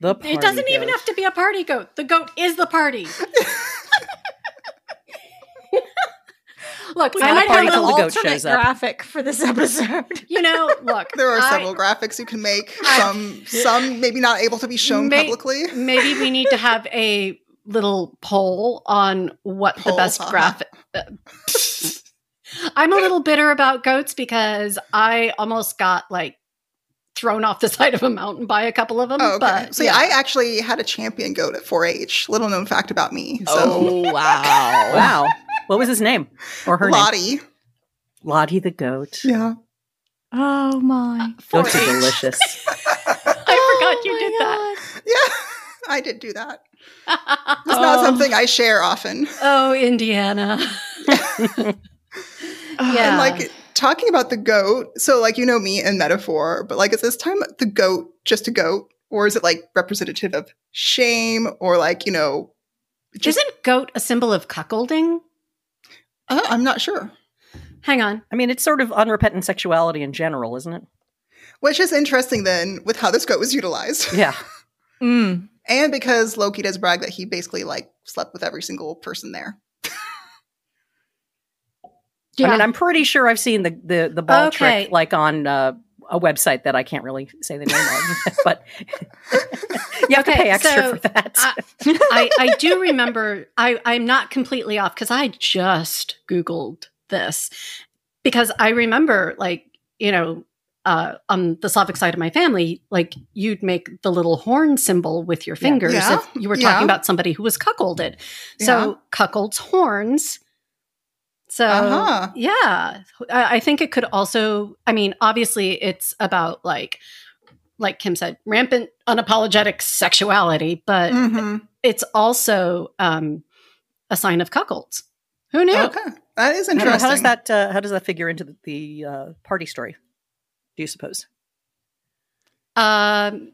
[SPEAKER 4] The
[SPEAKER 1] it doesn't even have to be a party goat. The goat is the party. look,
[SPEAKER 3] we
[SPEAKER 1] I
[SPEAKER 4] had a
[SPEAKER 1] might
[SPEAKER 3] might
[SPEAKER 4] party
[SPEAKER 1] have a
[SPEAKER 4] till
[SPEAKER 3] have an
[SPEAKER 4] the
[SPEAKER 1] little,
[SPEAKER 4] goat
[SPEAKER 3] alternate
[SPEAKER 4] shows up.
[SPEAKER 3] graphic for this episode.
[SPEAKER 1] you know, look.
[SPEAKER 2] There are
[SPEAKER 1] I-
[SPEAKER 2] several graphics you can make.
[SPEAKER 1] I-
[SPEAKER 2] Some some maybe not able to be shown
[SPEAKER 1] May-
[SPEAKER 2] publicly.
[SPEAKER 1] maybe we need to have a little poll on what the
[SPEAKER 2] Poll,
[SPEAKER 1] best
[SPEAKER 2] huh?
[SPEAKER 1] graphic. I'm a little bitter about goats because I almost got like thrown off the side of a mountain by a couple of them.
[SPEAKER 2] Oh, okay.
[SPEAKER 1] But
[SPEAKER 2] See, I actually had a champion goat at 4-H. Little known fact about me. So
[SPEAKER 3] Oh wow.
[SPEAKER 4] Wow. What was his name? Or her name?
[SPEAKER 2] Lottie.
[SPEAKER 4] Lottie the goat.
[SPEAKER 2] Yeah.
[SPEAKER 3] Oh my.
[SPEAKER 4] Goats are
[SPEAKER 1] 4-H.
[SPEAKER 4] delicious.
[SPEAKER 1] I forgot
[SPEAKER 2] Oh,
[SPEAKER 1] you did that.
[SPEAKER 2] Yeah. I did do that. It's
[SPEAKER 4] Um,
[SPEAKER 2] not something I share often.
[SPEAKER 1] Oh, Indiana. yeah.
[SPEAKER 2] And like talking about the goat, so like you know me and metaphor, but like is this time the goat just a goat, or is it like representative of shame, or like you know, just-
[SPEAKER 1] Isn't goat a symbol of cuckolding?
[SPEAKER 4] Uh-huh.
[SPEAKER 2] uh, I'm not sure.
[SPEAKER 1] Hang on.
[SPEAKER 4] I mean, it's sort of unrepentant sexuality in general, isn't it?
[SPEAKER 2] Which is interesting then with how this goat was utilized,
[SPEAKER 4] Yeah.
[SPEAKER 3] Mm.
[SPEAKER 2] and because Loki does brag that he basically like slept with every single person there.
[SPEAKER 4] I mean, I'm pretty sure I've seen the the, the ball
[SPEAKER 1] Okay.
[SPEAKER 4] trick like on uh, a website that I can't really say the name of, but you have to
[SPEAKER 1] Okay,
[SPEAKER 4] pay extra
[SPEAKER 1] so
[SPEAKER 4] for that.
[SPEAKER 1] I- I, I do remember I, I'm not completely off because I just Googled this because I remember like, you know, uh, on the Slavic side of my family, like you'd make the little horn symbol with your fingers
[SPEAKER 2] Yeah.
[SPEAKER 1] if you were talking
[SPEAKER 2] Yeah.
[SPEAKER 1] about somebody who was cuckolded. So cuckolds horns. So
[SPEAKER 4] Oh.
[SPEAKER 2] Uh-huh.
[SPEAKER 1] yeah, I, I think it could also. I mean, obviously, it's about like, like Kim said, rampant, unapologetic sexuality, but
[SPEAKER 2] Mhm.
[SPEAKER 1] it's also um, a sign of cuckolds. Who knew?
[SPEAKER 2] Okay, that is
[SPEAKER 4] I don't know,
[SPEAKER 2] interesting.
[SPEAKER 4] how does that uh, how does that figure into the, the uh, party story? Do you suppose?
[SPEAKER 1] Um,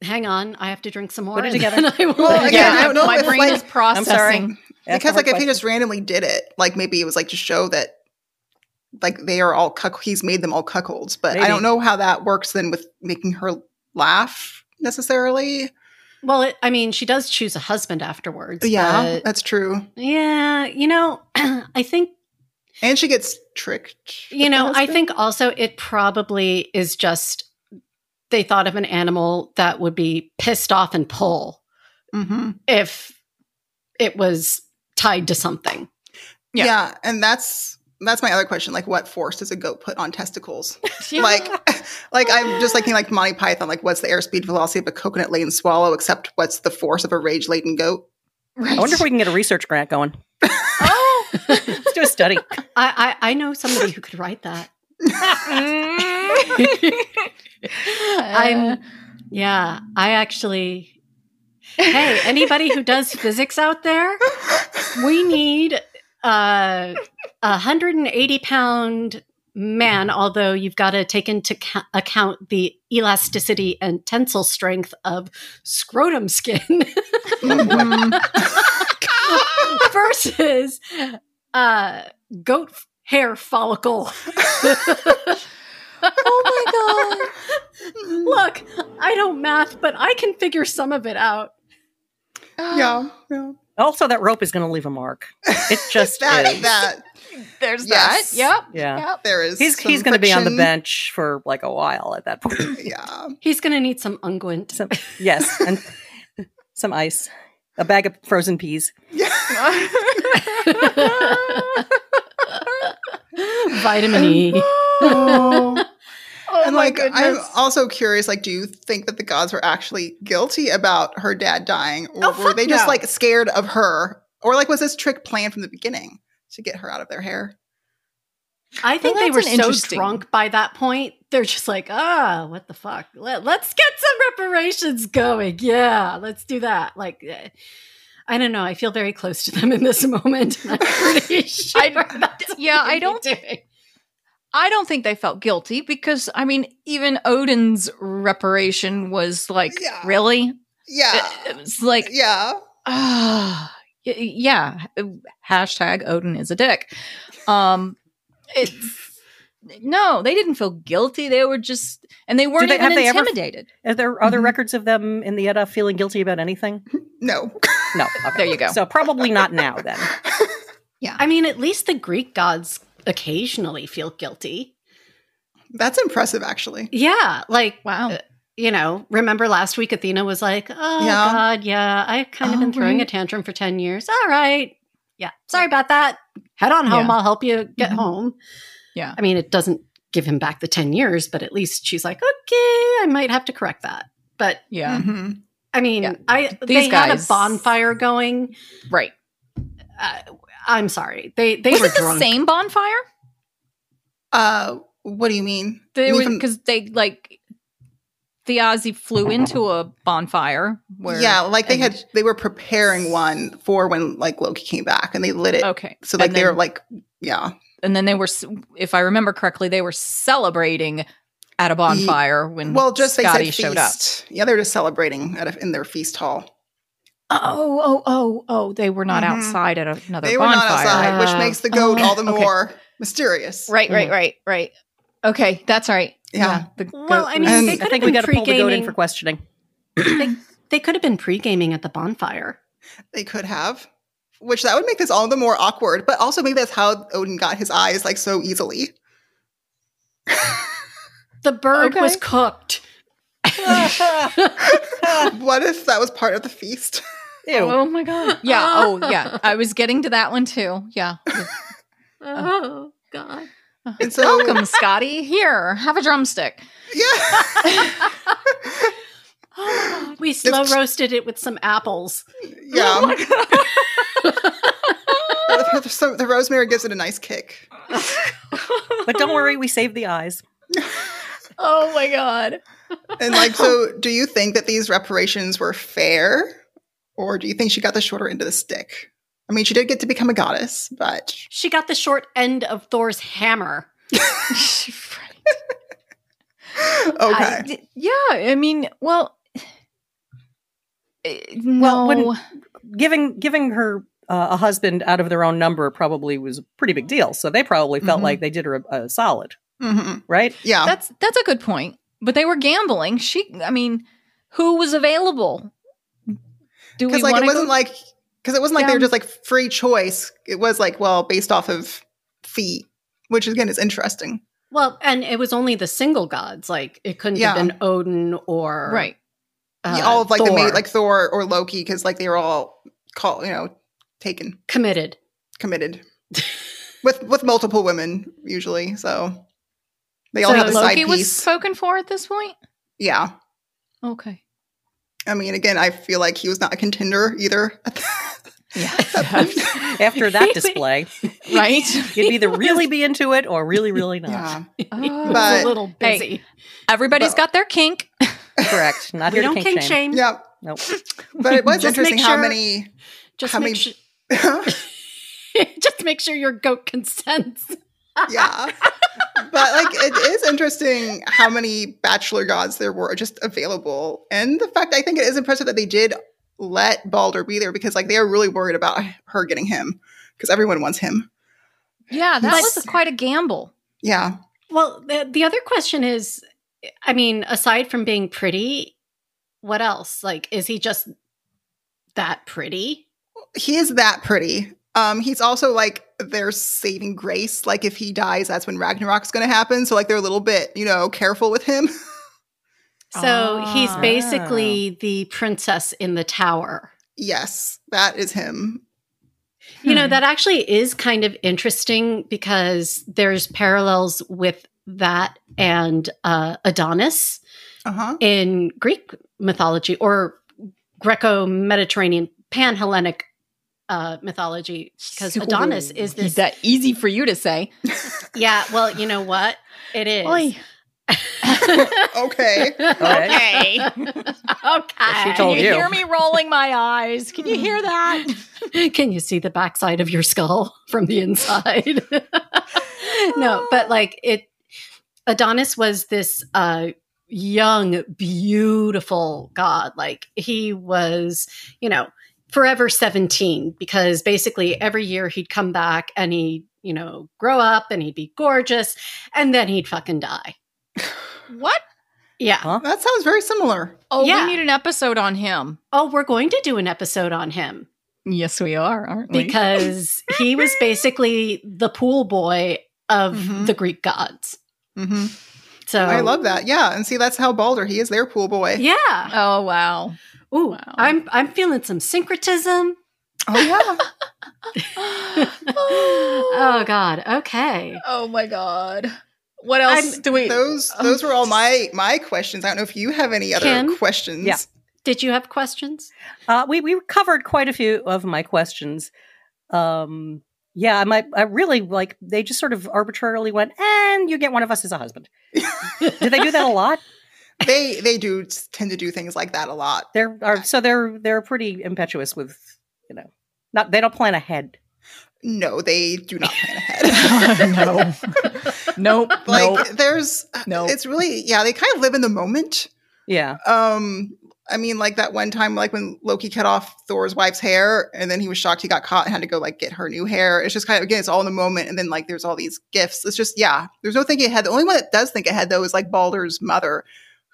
[SPEAKER 1] hang on, I have to drink some more.
[SPEAKER 4] Put it
[SPEAKER 1] and
[SPEAKER 4] together.
[SPEAKER 1] then I will-
[SPEAKER 2] Well, again, I don't know
[SPEAKER 3] my
[SPEAKER 2] if,
[SPEAKER 3] brain
[SPEAKER 2] like-
[SPEAKER 3] is processing.
[SPEAKER 4] sorry. That's
[SPEAKER 2] because
[SPEAKER 4] a hard
[SPEAKER 2] like if he
[SPEAKER 4] question.
[SPEAKER 2] just randomly did it, like maybe it was like to show that like they are all cuck he's made them all cuckolds, but
[SPEAKER 4] Maybe.
[SPEAKER 2] I don't know how that works then with making her laugh necessarily.
[SPEAKER 1] well, it, I mean, she does choose a husband afterwards.
[SPEAKER 2] Yeah,
[SPEAKER 1] but-
[SPEAKER 2] that's true.
[SPEAKER 1] Yeah, you know, I think
[SPEAKER 2] And she gets tricked.
[SPEAKER 1] You know, I think also it probably is just they thought of an animal that would be pissed off and pull
[SPEAKER 2] Mm-hmm.
[SPEAKER 1] if it was tied to something.
[SPEAKER 2] Yeah.
[SPEAKER 3] Yeah.
[SPEAKER 2] and that's that's my other question. Like, what force does a goat put on testicles?
[SPEAKER 3] Yeah.
[SPEAKER 2] Like, like I'm just thinking like Monty Python. Like, what's the airspeed velocity of a coconut laden swallow? Except, what's the force of a rage laden goat?
[SPEAKER 3] Right.
[SPEAKER 4] I wonder if we can get a research grant going.
[SPEAKER 3] Oh.
[SPEAKER 4] Let's do a study.
[SPEAKER 1] I, I, I know somebody who could write that.
[SPEAKER 3] Mm.
[SPEAKER 1] I'm, Uh, yeah, I actually, hey, anybody who does physics out there, we need uh, a 180 pound man, although you've got to take into ca- account the elasticity and tensile strength of scrotum skin
[SPEAKER 2] Mhm.
[SPEAKER 3] mm.
[SPEAKER 1] versus uh, goat f- hair follicle.
[SPEAKER 3] oh my god.
[SPEAKER 1] Look, I don't math, but I can figure some of it out.
[SPEAKER 2] yeah, yeah.
[SPEAKER 4] Also, that rope is going to leave a mark. It just
[SPEAKER 2] that
[SPEAKER 4] is.
[SPEAKER 2] that
[SPEAKER 3] There's
[SPEAKER 2] Yes.
[SPEAKER 3] that. Yep.
[SPEAKER 4] Yeah.
[SPEAKER 3] Yep.
[SPEAKER 2] there is.
[SPEAKER 4] He's
[SPEAKER 2] some
[SPEAKER 4] he's going to be on the
[SPEAKER 2] friction.
[SPEAKER 4] bench for like a while at that point.
[SPEAKER 2] Yeah,
[SPEAKER 1] He's going to need some unguent.
[SPEAKER 4] Some, yes, and some ice, a bag of frozen peas.
[SPEAKER 2] yeah.
[SPEAKER 1] Vitamin E.
[SPEAKER 2] Oh.
[SPEAKER 3] Oh
[SPEAKER 2] and
[SPEAKER 3] my
[SPEAKER 2] like, I'm
[SPEAKER 3] goodness.
[SPEAKER 2] also curious. Like, do you think that the gods were actually guilty about her dad dying, or
[SPEAKER 1] Oh,
[SPEAKER 2] were
[SPEAKER 1] fuck
[SPEAKER 2] they just
[SPEAKER 1] no.
[SPEAKER 2] like scared of her, or like was this trick planned from the beginning to get her out of their hair?
[SPEAKER 1] I think
[SPEAKER 3] Well,
[SPEAKER 1] they
[SPEAKER 3] that's
[SPEAKER 1] were
[SPEAKER 3] an
[SPEAKER 1] so
[SPEAKER 3] interesting-
[SPEAKER 1] drunk by that point. They're just like, ah, what the fuck? Let, us get some reparations going. Yeah, let's do that. Like, eh, I don't know. I feel very close to them in this moment. I'm pretty sure. that's
[SPEAKER 3] yeah,
[SPEAKER 1] what
[SPEAKER 3] I
[SPEAKER 1] they'd be
[SPEAKER 3] don't-
[SPEAKER 1] doing.
[SPEAKER 3] I don't think they felt guilty because I mean, even Odin's reparation was like,
[SPEAKER 2] Yeah.
[SPEAKER 3] really?
[SPEAKER 2] Yeah,
[SPEAKER 3] It- It was like,
[SPEAKER 2] yeah.
[SPEAKER 3] ah, y- yeah. Hashtag Odin is a dick. Um, it's no, they didn't feel guilty. They were just, and they weren't
[SPEAKER 4] they-
[SPEAKER 3] even
[SPEAKER 4] have they ever-
[SPEAKER 3] intimidated.
[SPEAKER 4] Are there other
[SPEAKER 2] Mm-hmm.
[SPEAKER 3] Mhm.
[SPEAKER 4] records of them in the Edda feeling guilty about anything?
[SPEAKER 2] No,
[SPEAKER 4] No. Okay.
[SPEAKER 3] There you go.
[SPEAKER 4] So probably not now then.
[SPEAKER 1] I mean, at least the Greek gods occasionally feel guilty.
[SPEAKER 2] that's impressive, actually.
[SPEAKER 1] Yeah, like
[SPEAKER 3] wow.
[SPEAKER 1] you know, remember last week Athena was like, "Oh
[SPEAKER 2] Yeah.
[SPEAKER 1] God, yeah, I've kind of
[SPEAKER 3] Oh,
[SPEAKER 1] been throwing a
[SPEAKER 3] right.
[SPEAKER 1] tantrum for ten years. All right, yeah, sorry about that. Head on home.
[SPEAKER 3] Yeah.
[SPEAKER 1] I'll help you get
[SPEAKER 3] Mhm.
[SPEAKER 1] home."
[SPEAKER 3] Yeah.
[SPEAKER 1] I mean, it doesn't give him back the ten years, but at least she's like, "Okay, I might have to correct that." But
[SPEAKER 3] Yeah.
[SPEAKER 2] Mhm.
[SPEAKER 1] I mean,
[SPEAKER 3] Yeah.
[SPEAKER 1] I
[SPEAKER 3] These
[SPEAKER 1] they had a
[SPEAKER 3] guys-
[SPEAKER 1] bonfire going.
[SPEAKER 3] Right.
[SPEAKER 1] Uh, I'm sorry, they they
[SPEAKER 3] Was
[SPEAKER 1] were
[SPEAKER 3] it the
[SPEAKER 1] drunk.
[SPEAKER 3] same bonfire?
[SPEAKER 2] Uh, what do you mean?
[SPEAKER 3] They
[SPEAKER 2] You mean
[SPEAKER 3] were
[SPEAKER 2] from-
[SPEAKER 3] because they like the Aussie flew into a bonfire where
[SPEAKER 2] yeah, like they
[SPEAKER 3] and-
[SPEAKER 2] had they were preparing one for when like Loki came back, and they lit it.
[SPEAKER 3] okay
[SPEAKER 2] So like
[SPEAKER 3] Oh. and
[SPEAKER 2] they
[SPEAKER 3] then,
[SPEAKER 2] were like, yeah,
[SPEAKER 3] and then they were s- if I remember correctly they were celebrating at a bonfire when
[SPEAKER 2] well, just
[SPEAKER 3] Scotty
[SPEAKER 2] they said
[SPEAKER 3] showed up
[SPEAKER 2] feast. Yeah, they were just celebrating at a, in their feast hall.
[SPEAKER 3] oh oh oh oh they were not
[SPEAKER 2] Mhm.
[SPEAKER 3] outside at another
[SPEAKER 2] they were
[SPEAKER 3] bonfire
[SPEAKER 2] not outside, which
[SPEAKER 1] Ah.
[SPEAKER 2] makes the goat
[SPEAKER 3] Oh,
[SPEAKER 2] all the
[SPEAKER 3] okay.
[SPEAKER 2] more mysterious.
[SPEAKER 3] right right
[SPEAKER 1] Mhm.
[SPEAKER 3] right right okay that's right
[SPEAKER 2] Yeah.
[SPEAKER 3] the
[SPEAKER 1] Well, I mean,
[SPEAKER 3] was-
[SPEAKER 2] And-
[SPEAKER 1] they
[SPEAKER 4] I
[SPEAKER 1] could have
[SPEAKER 4] think we
[SPEAKER 1] been
[SPEAKER 4] got to pull the goat in
[SPEAKER 1] pre-gaming.
[SPEAKER 4] for questioning.
[SPEAKER 1] they could have been pre gaming at the bonfire.
[SPEAKER 2] They could have, which that would make this all the more awkward. But also, maybe that's how Odin got his eyes like so easily.
[SPEAKER 1] The bird
[SPEAKER 3] Okay.
[SPEAKER 1] was cooked.
[SPEAKER 2] what if that was part of the feast?
[SPEAKER 4] Ew.
[SPEAKER 3] oh my god yeah oh yeah I was getting to that one too yeah
[SPEAKER 1] Oh God.
[SPEAKER 3] Uh-huh.
[SPEAKER 2] And so,
[SPEAKER 3] welcome Scotty here have a drumstick Oh
[SPEAKER 2] yeah,
[SPEAKER 1] We slow roasted it with some apples.
[SPEAKER 2] yeah. so the rosemary gives it a nice kick.
[SPEAKER 4] But don't worry, we saved the eyes.
[SPEAKER 3] oh my god.
[SPEAKER 2] And like, so do you think that these reparations were fair, or do you think she got the shorter end of the stick? I mean, she did get to become a goddess, but
[SPEAKER 1] She got the short end of Thor's hammer.
[SPEAKER 2] okay.
[SPEAKER 3] I d- yeah, I mean, well, eh, no.
[SPEAKER 4] Well, when- Giving giving her uh, a husband out of their own number probably was a pretty big deal. So they probably felt
[SPEAKER 3] Mhm.
[SPEAKER 4] like they did her a, a solid,
[SPEAKER 2] hmm
[SPEAKER 4] right?
[SPEAKER 2] Yeah.
[SPEAKER 3] that's that's a good point. But they were gambling. She, I mean, who was available? Do we
[SPEAKER 2] because like
[SPEAKER 3] want
[SPEAKER 2] it
[SPEAKER 3] to go?
[SPEAKER 2] wasn't like because it wasn't like they were
[SPEAKER 3] down-
[SPEAKER 2] just like free choice. It was like well based off of fee, which again is interesting.
[SPEAKER 1] Well, and it was only the single gods. Like it couldn't
[SPEAKER 2] Yeah.
[SPEAKER 1] have been Odin or
[SPEAKER 3] Right.
[SPEAKER 1] uh,
[SPEAKER 2] Yeah, all of like the
[SPEAKER 1] Thor
[SPEAKER 2] ma- like Thor or Loki because like they were all call you know taken
[SPEAKER 1] committed.
[SPEAKER 2] committed with with multiple women usually. So they all
[SPEAKER 1] So
[SPEAKER 2] have a side
[SPEAKER 3] Loki was
[SPEAKER 2] piece.
[SPEAKER 3] spoken for at this point.
[SPEAKER 2] yeah,
[SPEAKER 3] Okay.
[SPEAKER 2] I mean again, I feel like he was not a contender either.
[SPEAKER 3] Yeah.
[SPEAKER 4] After that display,
[SPEAKER 3] right.
[SPEAKER 4] you'd either really be into it or really, really not.
[SPEAKER 2] yeah,
[SPEAKER 1] He was
[SPEAKER 2] But-
[SPEAKER 1] a little
[SPEAKER 3] Hey,
[SPEAKER 1] busy.
[SPEAKER 3] Everybody's
[SPEAKER 2] But-
[SPEAKER 3] got their kink.
[SPEAKER 4] Correct. Not
[SPEAKER 1] we
[SPEAKER 4] here
[SPEAKER 1] don't
[SPEAKER 4] to kink,
[SPEAKER 1] kink shame.
[SPEAKER 4] shame.
[SPEAKER 2] yeah.
[SPEAKER 4] Nope.
[SPEAKER 2] But it was
[SPEAKER 1] Just
[SPEAKER 2] interesting
[SPEAKER 1] make
[SPEAKER 2] how
[SPEAKER 1] sure-
[SPEAKER 2] many.
[SPEAKER 1] Just
[SPEAKER 2] How
[SPEAKER 1] make
[SPEAKER 2] many-
[SPEAKER 1] sure. just make sure your goat consents.
[SPEAKER 2] yeah. But like it is interesting how many bachelor gods there were just available. And the fact I think it is impressive that they did let Balder be there because like they are really worried about her getting him because everyone wants him.
[SPEAKER 3] Yeah, that
[SPEAKER 2] But-
[SPEAKER 3] was quite a gamble.
[SPEAKER 2] Yeah.
[SPEAKER 1] Well, the, the other question is I mean, aside from being pretty, what else? Like, is he just that pretty?
[SPEAKER 2] He is that pretty. Um he's also like their saving grace. Like if he dies, that's when Ragnarok's gonna happen. So like they're a little bit, you know, careful with him.
[SPEAKER 1] So he's
[SPEAKER 3] Ah.
[SPEAKER 1] basically the princess in the tower.
[SPEAKER 2] yes, that is him.
[SPEAKER 1] You know,
[SPEAKER 3] Hmm.
[SPEAKER 1] that actually is kind of interesting because there's parallels with that and uh, Adonis
[SPEAKER 2] Uh-huh.
[SPEAKER 1] in Greek mythology or Greco Mediterranean pan Hellenic uh, mythology because Adonis is
[SPEAKER 3] Is
[SPEAKER 1] this.
[SPEAKER 3] that easy for you to say?
[SPEAKER 1] Yeah, well, you know what? It is.
[SPEAKER 2] Okay.
[SPEAKER 3] Okay.
[SPEAKER 1] Okay.
[SPEAKER 4] She told
[SPEAKER 3] Can you,
[SPEAKER 4] you.
[SPEAKER 3] hear me rolling my eyes? Can you hear that?
[SPEAKER 1] Can you see the backside of your skull from the inside? no, but like it, Adonis was this uh, young, beautiful god. Like he was, you know, forever 17 because basically every year he'd come back and he'd, you know, grow up and he'd be gorgeous and then he'd fucking die.
[SPEAKER 3] What?
[SPEAKER 1] Yeah.
[SPEAKER 4] Huh?
[SPEAKER 2] That sounds very similar.
[SPEAKER 3] Oh,
[SPEAKER 1] Yeah.
[SPEAKER 3] we need an episode on him.
[SPEAKER 1] Oh, we're going to do an episode on him.
[SPEAKER 3] Yes, we are, aren't
[SPEAKER 1] because he was basically the pool boy of
[SPEAKER 2] Mhm.
[SPEAKER 1] the Greek gods.
[SPEAKER 2] hmm
[SPEAKER 1] So
[SPEAKER 3] Um,
[SPEAKER 2] I love that. Yeah. And see, that's how Balder, he is their pool boy.
[SPEAKER 1] Yeah.
[SPEAKER 3] Oh wow.
[SPEAKER 1] Ooh,
[SPEAKER 3] Wow.
[SPEAKER 1] I'm I'm feeling some syncretism.
[SPEAKER 2] Oh, yeah.
[SPEAKER 1] oh God. Okay.
[SPEAKER 3] Oh my god. What
[SPEAKER 1] else
[SPEAKER 3] do we?
[SPEAKER 2] those
[SPEAKER 3] Um,
[SPEAKER 2] those were all my my questions. I don't know if you have any other
[SPEAKER 1] Kim?
[SPEAKER 2] questions.
[SPEAKER 4] Yeah.
[SPEAKER 1] Did you have questions?
[SPEAKER 4] Uh, we we covered quite a few of my questions. Um, yeah, my I really like they just sort of arbitrarily went, and you get one of us as a husband. Did they do that a lot?
[SPEAKER 2] They they do s- tend to do things like that a lot.
[SPEAKER 4] They're are, so they're they're pretty impetuous with you know not they don't plan ahead.
[SPEAKER 2] No, they do not plan ahead.
[SPEAKER 3] no. nope.
[SPEAKER 2] like
[SPEAKER 3] nope.
[SPEAKER 2] there's
[SPEAKER 3] No.
[SPEAKER 2] it's really yeah, they kind of live in the moment.
[SPEAKER 4] Yeah,
[SPEAKER 2] Um I mean like that one time like when Loki cut off Thor's wife's hair and then he was shocked he got caught and had to go like get her new hair. It's just kind of again it's all in the moment and then like there's all these gifts. It's just yeah, there's no thinking ahead. The only one that does think ahead though is like Balder's mother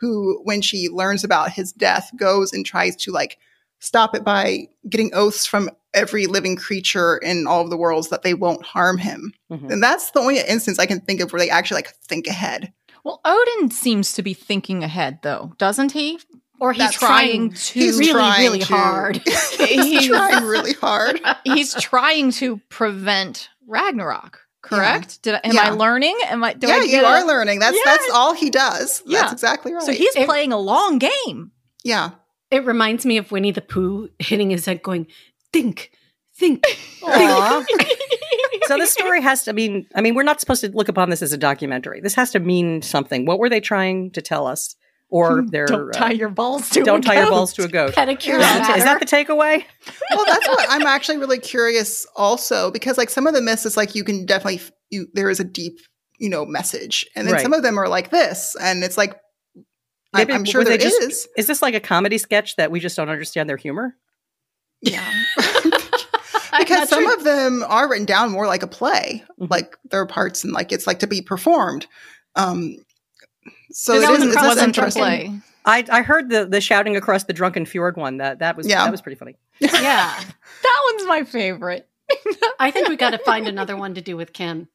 [SPEAKER 2] who when she learns about his death goes and tries to like stop it by getting oaths from every living creature in all of the worlds that they won't harm him.
[SPEAKER 4] Mhm.
[SPEAKER 2] And that's the only instance I can think of where they actually like think ahead.
[SPEAKER 3] Well, Odin seems to be thinking ahead, though, doesn't he?
[SPEAKER 1] Or he's
[SPEAKER 2] That's
[SPEAKER 1] trying
[SPEAKER 3] trying to
[SPEAKER 2] He's
[SPEAKER 1] really,
[SPEAKER 2] trying
[SPEAKER 1] really
[SPEAKER 2] to-
[SPEAKER 1] hard.
[SPEAKER 2] He's trying really hard.
[SPEAKER 3] he's trying to prevent Ragnarok. Correct? Did I, am I
[SPEAKER 2] Yeah.
[SPEAKER 3] learning? Am I? do I
[SPEAKER 2] yeah,
[SPEAKER 3] get
[SPEAKER 2] you
[SPEAKER 3] it?
[SPEAKER 2] are learning. That's that's all he does.
[SPEAKER 3] Yeah.
[SPEAKER 2] That's exactly right.
[SPEAKER 3] So he's
[SPEAKER 1] It-
[SPEAKER 3] playing a long game.
[SPEAKER 2] yeah.
[SPEAKER 1] It reminds me of Winnie the Pooh hitting his head going, think, think.
[SPEAKER 4] Aw. so this story has to mean. I mean, we're not supposed to look upon this as a documentary. This has to mean something. What were they trying to tell us? Or their
[SPEAKER 3] Hmm, Don't
[SPEAKER 4] uh,
[SPEAKER 3] tie your balls to.
[SPEAKER 4] don't
[SPEAKER 3] a
[SPEAKER 4] tie your
[SPEAKER 3] goat.
[SPEAKER 4] balls to a goat.
[SPEAKER 1] Pedicure.
[SPEAKER 2] Yeah.
[SPEAKER 4] Is that the takeaway?
[SPEAKER 2] Well, that's what I'm actually really curious also because like some of the myths it's like you can definitely f- you there is a deep you know message and then
[SPEAKER 4] Right.
[SPEAKER 2] some of them are like this and it's like I-
[SPEAKER 4] Maybe
[SPEAKER 2] I'm sure
[SPEAKER 4] were
[SPEAKER 2] there
[SPEAKER 4] they
[SPEAKER 2] is.
[SPEAKER 4] just- Is this like a comedy sketch that we just don't understand their humor?
[SPEAKER 3] Yeah.
[SPEAKER 2] because some of them are written down more like a play
[SPEAKER 3] Mm-hmm.
[SPEAKER 4] Mhm.
[SPEAKER 2] like their parts and like it's like to be performed um so
[SPEAKER 3] This
[SPEAKER 2] it is,
[SPEAKER 3] one
[SPEAKER 2] it's just
[SPEAKER 3] wasn't for
[SPEAKER 2] interesting
[SPEAKER 3] play.
[SPEAKER 4] I, I heard the the shouting across the drunken fjord one. That that was
[SPEAKER 2] Yeah.
[SPEAKER 4] that was pretty funny.
[SPEAKER 1] yeah.
[SPEAKER 3] That one's my favorite.
[SPEAKER 1] I think we got to find another one to do with Kim.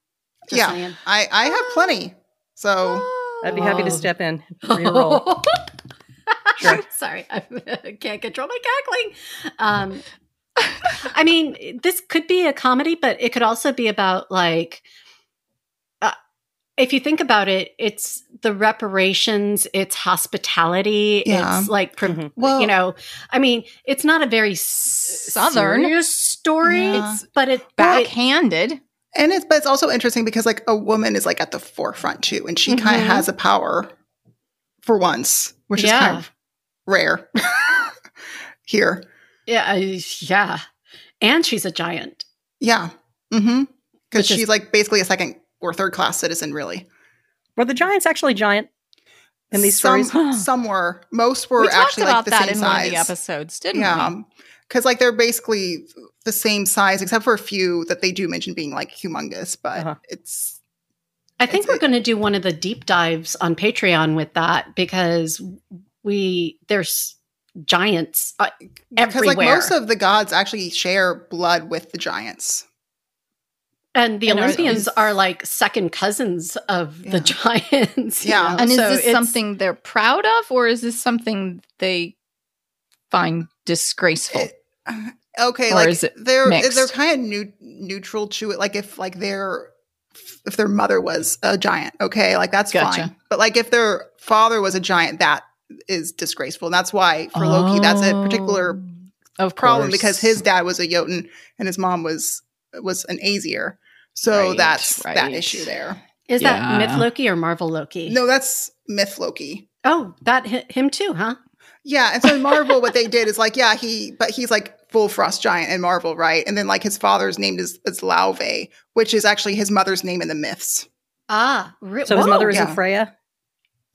[SPEAKER 1] Just
[SPEAKER 2] Yeah.
[SPEAKER 1] saying.
[SPEAKER 2] I, I have plenty. So
[SPEAKER 3] Ah.
[SPEAKER 4] I'd be happy to
[SPEAKER 1] Oh.
[SPEAKER 4] step in. Reroll. Sure.
[SPEAKER 1] Sorry, I can't control my cackling. Um, I mean, this could be a comedy, but it could also be about like, uh, if you think about it, it's the reparations, it's hospitality,
[SPEAKER 2] Yeah.
[SPEAKER 1] it's like, pro-
[SPEAKER 4] Mhm.
[SPEAKER 2] Well-
[SPEAKER 1] you know, I mean, it's not a very
[SPEAKER 3] Southern.
[SPEAKER 1] southern story,
[SPEAKER 2] Yeah.
[SPEAKER 1] it's, but it it-
[SPEAKER 3] Backhanded.
[SPEAKER 2] and it's but it's also interesting because like a woman is like at the forefront too, and she kind
[SPEAKER 1] Mhm.
[SPEAKER 3] Mm-hmm.
[SPEAKER 2] of has a power for once, which is kind
[SPEAKER 1] Yeah.
[SPEAKER 2] of rare here.
[SPEAKER 1] yeah, I- yeah, and she's a giant.
[SPEAKER 2] Yeah. Mm-hmm. Because
[SPEAKER 1] Which is-
[SPEAKER 2] she's like basically a second or third class citizen, really.
[SPEAKER 4] Were the giants actually giant in these
[SPEAKER 2] some,
[SPEAKER 4] stories?
[SPEAKER 2] some were. Most were
[SPEAKER 3] we talked
[SPEAKER 2] actually
[SPEAKER 3] about
[SPEAKER 2] like the
[SPEAKER 3] that
[SPEAKER 2] same
[SPEAKER 3] in
[SPEAKER 2] size.
[SPEAKER 3] one of the episodes, didn't we?
[SPEAKER 2] yeah. Because like they're basically the same size, except for a few that they do mention being like humongous, but
[SPEAKER 4] Uh-huh.
[SPEAKER 2] it's
[SPEAKER 1] I think
[SPEAKER 2] It's-
[SPEAKER 1] we're going to do one of the deep dives on Patreon with that because we there's giants. Uh,
[SPEAKER 2] because like
[SPEAKER 1] Everywhere.
[SPEAKER 2] most of the gods actually share blood with the giants.
[SPEAKER 1] and the
[SPEAKER 3] And are
[SPEAKER 1] Olympians
[SPEAKER 3] those-
[SPEAKER 1] are like second cousins of
[SPEAKER 2] Yeah.
[SPEAKER 1] the giants. you
[SPEAKER 2] Yeah.
[SPEAKER 1] know,
[SPEAKER 3] And is
[SPEAKER 1] so
[SPEAKER 3] this
[SPEAKER 1] it's-
[SPEAKER 3] something they're proud of, or is this something they find disgraceful?
[SPEAKER 2] It- okay,
[SPEAKER 3] Or
[SPEAKER 2] like
[SPEAKER 3] is it
[SPEAKER 2] they're they're
[SPEAKER 3] mixed?
[SPEAKER 2] kind of new, neutral to it. Like if like their if their mother was a giant, okay, like that's
[SPEAKER 3] Gotcha.
[SPEAKER 2] fine. But like if their father was a giant, that is disgraceful. And that's why for Loki, that's a particular
[SPEAKER 3] Oh, of
[SPEAKER 2] problem
[SPEAKER 3] course.
[SPEAKER 2] because his dad was a Jotun and his mom was was an Aesir. So
[SPEAKER 3] Right,
[SPEAKER 2] that's that
[SPEAKER 3] right.
[SPEAKER 2] issue there.
[SPEAKER 1] Is
[SPEAKER 3] Yeah.
[SPEAKER 1] that myth Loki or Marvel Loki?
[SPEAKER 2] No, that's myth Loki.
[SPEAKER 1] Oh, that hi- him too, huh?
[SPEAKER 2] Yeah, and so in Marvel, what they did is like, yeah, he, but he's like full frost giant in Marvel, right? And then like his father's name is, is Lauve, which is actually his mother's name in the myths.
[SPEAKER 1] Ah, re-
[SPEAKER 4] so his
[SPEAKER 1] whoa.
[SPEAKER 4] mother isn't
[SPEAKER 2] yeah.
[SPEAKER 4] Freya?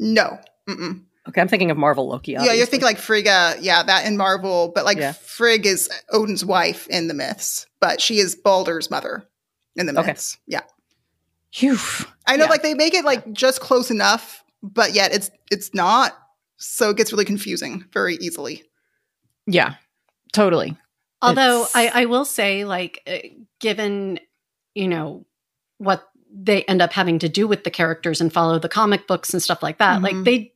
[SPEAKER 2] No, Mm-mm.
[SPEAKER 4] Okay, I'm thinking of Marvel Loki.
[SPEAKER 2] yeah, you're
[SPEAKER 4] obviously.
[SPEAKER 2] thinking like Frigga, yeah, that in Marvel, but like
[SPEAKER 4] Yeah.
[SPEAKER 2] Frigg is Odin's wife in the myths, but she is Balder's mother in the
[SPEAKER 4] Okay.
[SPEAKER 2] myths. Yeah,
[SPEAKER 3] Phew.
[SPEAKER 2] I know,
[SPEAKER 4] Yeah.
[SPEAKER 2] like they make it like just close enough, but yet it's it's not, so it gets really confusing very easily.
[SPEAKER 3] Yeah, totally.
[SPEAKER 1] Although
[SPEAKER 3] It's-
[SPEAKER 1] I, I will say, like, uh, given you know what they end up having to do with the characters and follow the comic books and stuff like that,
[SPEAKER 2] Mhm.
[SPEAKER 1] like they,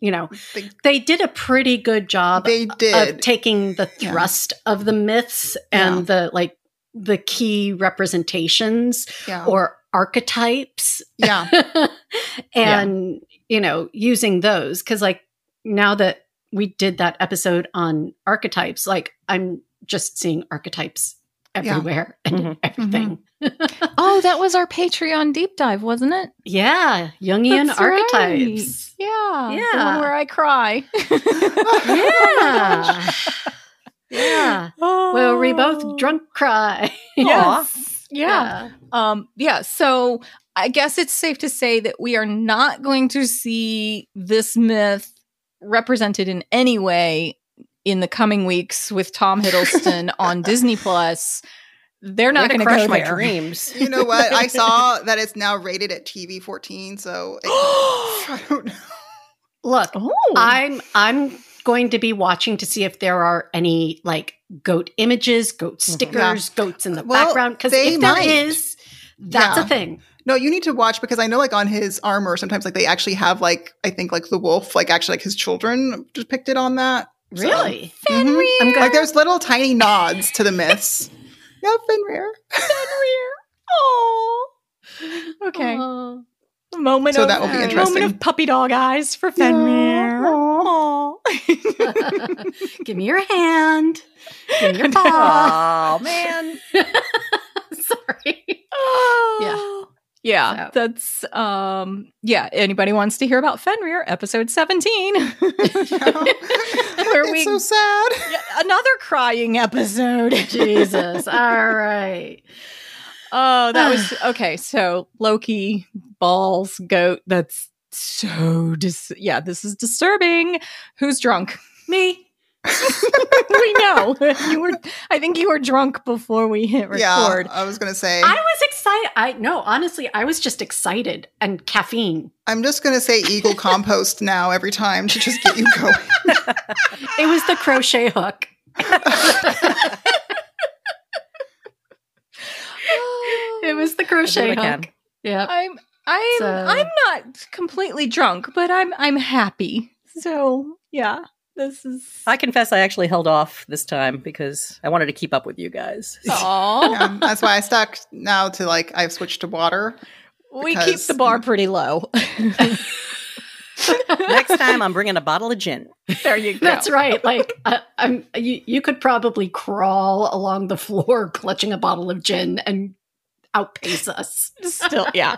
[SPEAKER 1] you know,
[SPEAKER 2] They-
[SPEAKER 1] they, did a pretty good job
[SPEAKER 2] They
[SPEAKER 1] of
[SPEAKER 2] did,
[SPEAKER 1] taking the
[SPEAKER 2] Yeah.
[SPEAKER 1] thrust of the myths and the like the key representations
[SPEAKER 2] yeah,
[SPEAKER 1] or archetypes
[SPEAKER 2] yeah.
[SPEAKER 1] and you know using those because like now that we did that episode on archetypes like i'm just seeing archetypes
[SPEAKER 2] Yeah.
[SPEAKER 1] everywhere and
[SPEAKER 4] Mhm.
[SPEAKER 1] everything
[SPEAKER 3] Oh, that was our Patreon deep dive, wasn't it?
[SPEAKER 1] yeah jungian
[SPEAKER 3] That's right.
[SPEAKER 1] archetypes
[SPEAKER 3] Yeah, the one
[SPEAKER 1] Yeah.
[SPEAKER 3] where I cry.
[SPEAKER 1] yeah yeah well we
[SPEAKER 3] Oh.
[SPEAKER 1] both drunk cry
[SPEAKER 3] Yes. yeah.
[SPEAKER 1] yeah
[SPEAKER 3] Um, yeah, so I guess it's safe to say that we are not going to see this myth represented in any way in the coming weeks with Tom Hiddleston on Disney Plus. They're not
[SPEAKER 4] Way
[SPEAKER 3] going to
[SPEAKER 4] crush
[SPEAKER 3] go
[SPEAKER 4] my
[SPEAKER 3] there.
[SPEAKER 4] dreams.
[SPEAKER 2] You know what? I saw that it's now rated at TV 14, so it, I don't know.
[SPEAKER 1] look
[SPEAKER 3] oh,
[SPEAKER 1] I'm I'm going to be watching to see if there are any like goat images, goat stickers, goats in the
[SPEAKER 2] Well,
[SPEAKER 1] background. Because
[SPEAKER 2] they
[SPEAKER 1] if there is,
[SPEAKER 2] might.
[SPEAKER 1] that's
[SPEAKER 2] Yeah.
[SPEAKER 1] a thing.
[SPEAKER 2] No, you need to watch because I know like on his armor sometimes like they actually have like I think like the wolf like actually like his children depicted on that. So-
[SPEAKER 1] Really?
[SPEAKER 2] Mhm.
[SPEAKER 1] I'm
[SPEAKER 2] Like
[SPEAKER 1] going.
[SPEAKER 2] there's little tiny nods to the myths. No Fenrir.
[SPEAKER 3] Oh, okay.
[SPEAKER 1] Oh.
[SPEAKER 3] moment
[SPEAKER 2] So
[SPEAKER 3] of
[SPEAKER 2] that will
[SPEAKER 1] be
[SPEAKER 2] interesting.
[SPEAKER 3] moment of puppy dog eyes for Fenrir. Aw.
[SPEAKER 1] Give me your hand. Give me your paw.
[SPEAKER 4] Oh man.
[SPEAKER 1] Sorry.
[SPEAKER 3] Oh.
[SPEAKER 1] So-
[SPEAKER 3] Yeah. That's um yeah, anybody wants to hear about Fenrir episode 17. Where
[SPEAKER 2] it's
[SPEAKER 3] we
[SPEAKER 2] so sad.
[SPEAKER 3] Yeah, another crying episode.
[SPEAKER 1] Jesus. All right.
[SPEAKER 3] Oh, that was okay. So Loki balls goat that's so dis- yeah, this is disturbing. Who's drunk?
[SPEAKER 1] Me.
[SPEAKER 3] we know. You were I think you were drunk before we hit record.
[SPEAKER 2] Yeah, I was gonna say.
[SPEAKER 1] I was excited. I no, honestly, I was just excited and caffeine.
[SPEAKER 2] I'm just gonna say eagle compost now every time to just get you going.
[SPEAKER 1] It was the crochet hook. it was the
[SPEAKER 4] I do
[SPEAKER 1] crochet
[SPEAKER 4] what I
[SPEAKER 1] hook.
[SPEAKER 4] can.
[SPEAKER 1] Yeah.
[SPEAKER 3] I'm I'm
[SPEAKER 1] So-
[SPEAKER 3] I'm not completely drunk, but I'm I'm happy. So yeah, this is
[SPEAKER 4] I confess I actually held off this time because I wanted to keep up with you guys.
[SPEAKER 3] Aw.
[SPEAKER 2] Yeah, that's why I stuck now to like I've switched to water.
[SPEAKER 3] we keep
[SPEAKER 2] because-
[SPEAKER 3] the bar pretty low.
[SPEAKER 4] Next time I'm bringing a bottle of gin.
[SPEAKER 3] there you go.
[SPEAKER 1] That's right. Like I, I'm, you, you could probably crawl along the floor clutching a bottle of gin and outpace us.
[SPEAKER 3] Still, yeah.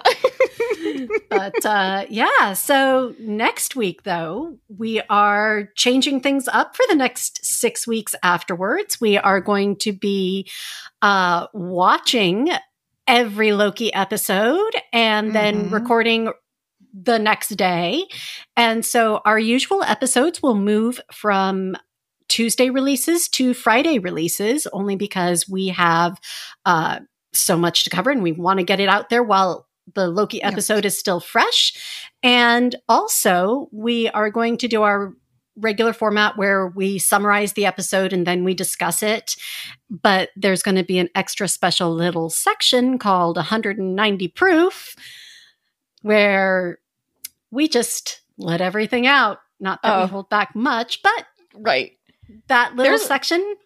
[SPEAKER 1] but uh, yeah, so next week, though, we are changing things up for the next six weeks afterwards. We are going to be uh, watching every Loki episode and then
[SPEAKER 2] Mhm.
[SPEAKER 1] recording the next day. And so our usual episodes will move from Tuesday releases to Friday releases only because we have uh, so much to cover and we want to get it out there while the Loki
[SPEAKER 2] Yes.
[SPEAKER 1] episode is still fresh. And also, we are going to do our regular format where we summarize the episode and then we discuss it. But there's going to be an extra special little section called 190 Proof where we just let everything out. Not that
[SPEAKER 3] Oh.
[SPEAKER 1] we hold back much, but
[SPEAKER 3] Right.
[SPEAKER 1] that little
[SPEAKER 3] There's-
[SPEAKER 1] section.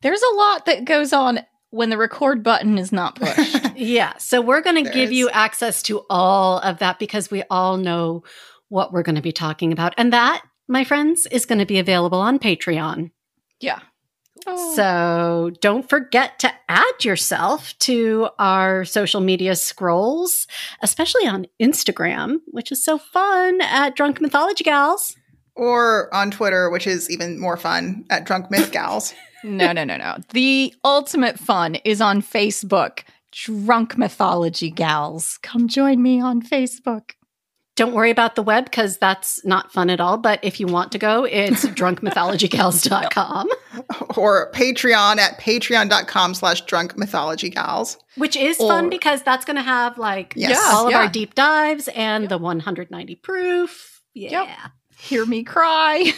[SPEAKER 3] There's a lot that goes on when the record button is not pushed.
[SPEAKER 1] Yeah. So we're going to
[SPEAKER 2] There
[SPEAKER 1] give
[SPEAKER 2] is.
[SPEAKER 1] you access to all of that because we all know what we're going to be talking about. And that, my friends, is going to be available on Patreon.
[SPEAKER 3] yeah. Oh.
[SPEAKER 1] So don't forget to add yourself to our social media scrolls, especially on Instagram, which is so fun at Drunk Mythology Gals.
[SPEAKER 2] or on Twitter, which is even more fun at Drunk Myth Gals.
[SPEAKER 3] No, no, no, no. The ultimate fun is on Facebook. Drunk Mythology Gals. Come join me on Facebook.
[SPEAKER 1] Don't worry about the web because that's not fun at all. But if you want to go, it's drunkmythologygals.com,
[SPEAKER 2] or Patreon at patreon.com slash drunk mythology gals.
[SPEAKER 1] which is
[SPEAKER 3] Or-
[SPEAKER 1] fun because that's going to have like
[SPEAKER 2] Yes. Yeah,
[SPEAKER 1] all of
[SPEAKER 3] yeah.
[SPEAKER 1] our deep dives and
[SPEAKER 3] Yep.
[SPEAKER 1] the 190 proof. Yeah.
[SPEAKER 3] Hear me cry.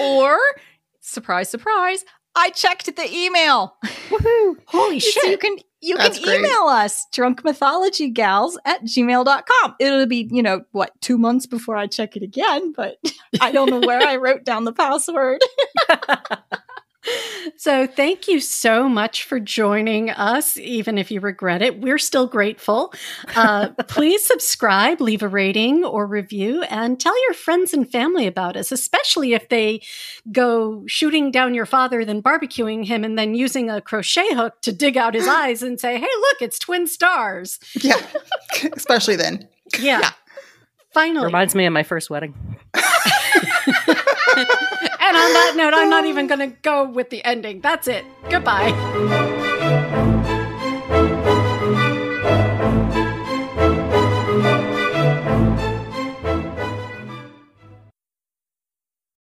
[SPEAKER 3] or, surprise, surprise, I checked the email.
[SPEAKER 4] Woohoo!
[SPEAKER 1] Holy
[SPEAKER 3] So you
[SPEAKER 1] shit.
[SPEAKER 3] can you
[SPEAKER 2] That's
[SPEAKER 3] can
[SPEAKER 2] great.
[SPEAKER 3] email us drunkmythologygals at gmail.com. It'll be, you know, what, two months before I check it again, but I don't know where I wrote down the password.
[SPEAKER 1] So, thank you so much for joining us, even if you regret it. We're still grateful. Uh, please subscribe, leave a rating or review, and tell your friends and family about us, especially if they go shooting down your father, then barbecuing him, and then using a crochet hook to dig out his eyes and say, hey, look, it's twin stars.
[SPEAKER 2] Yeah, especially then.
[SPEAKER 1] Yeah.
[SPEAKER 2] Yeah.
[SPEAKER 1] Finally.
[SPEAKER 4] Reminds me of my first wedding.
[SPEAKER 1] and on that note, I'm not even going to go with the ending. That's it. Goodbye.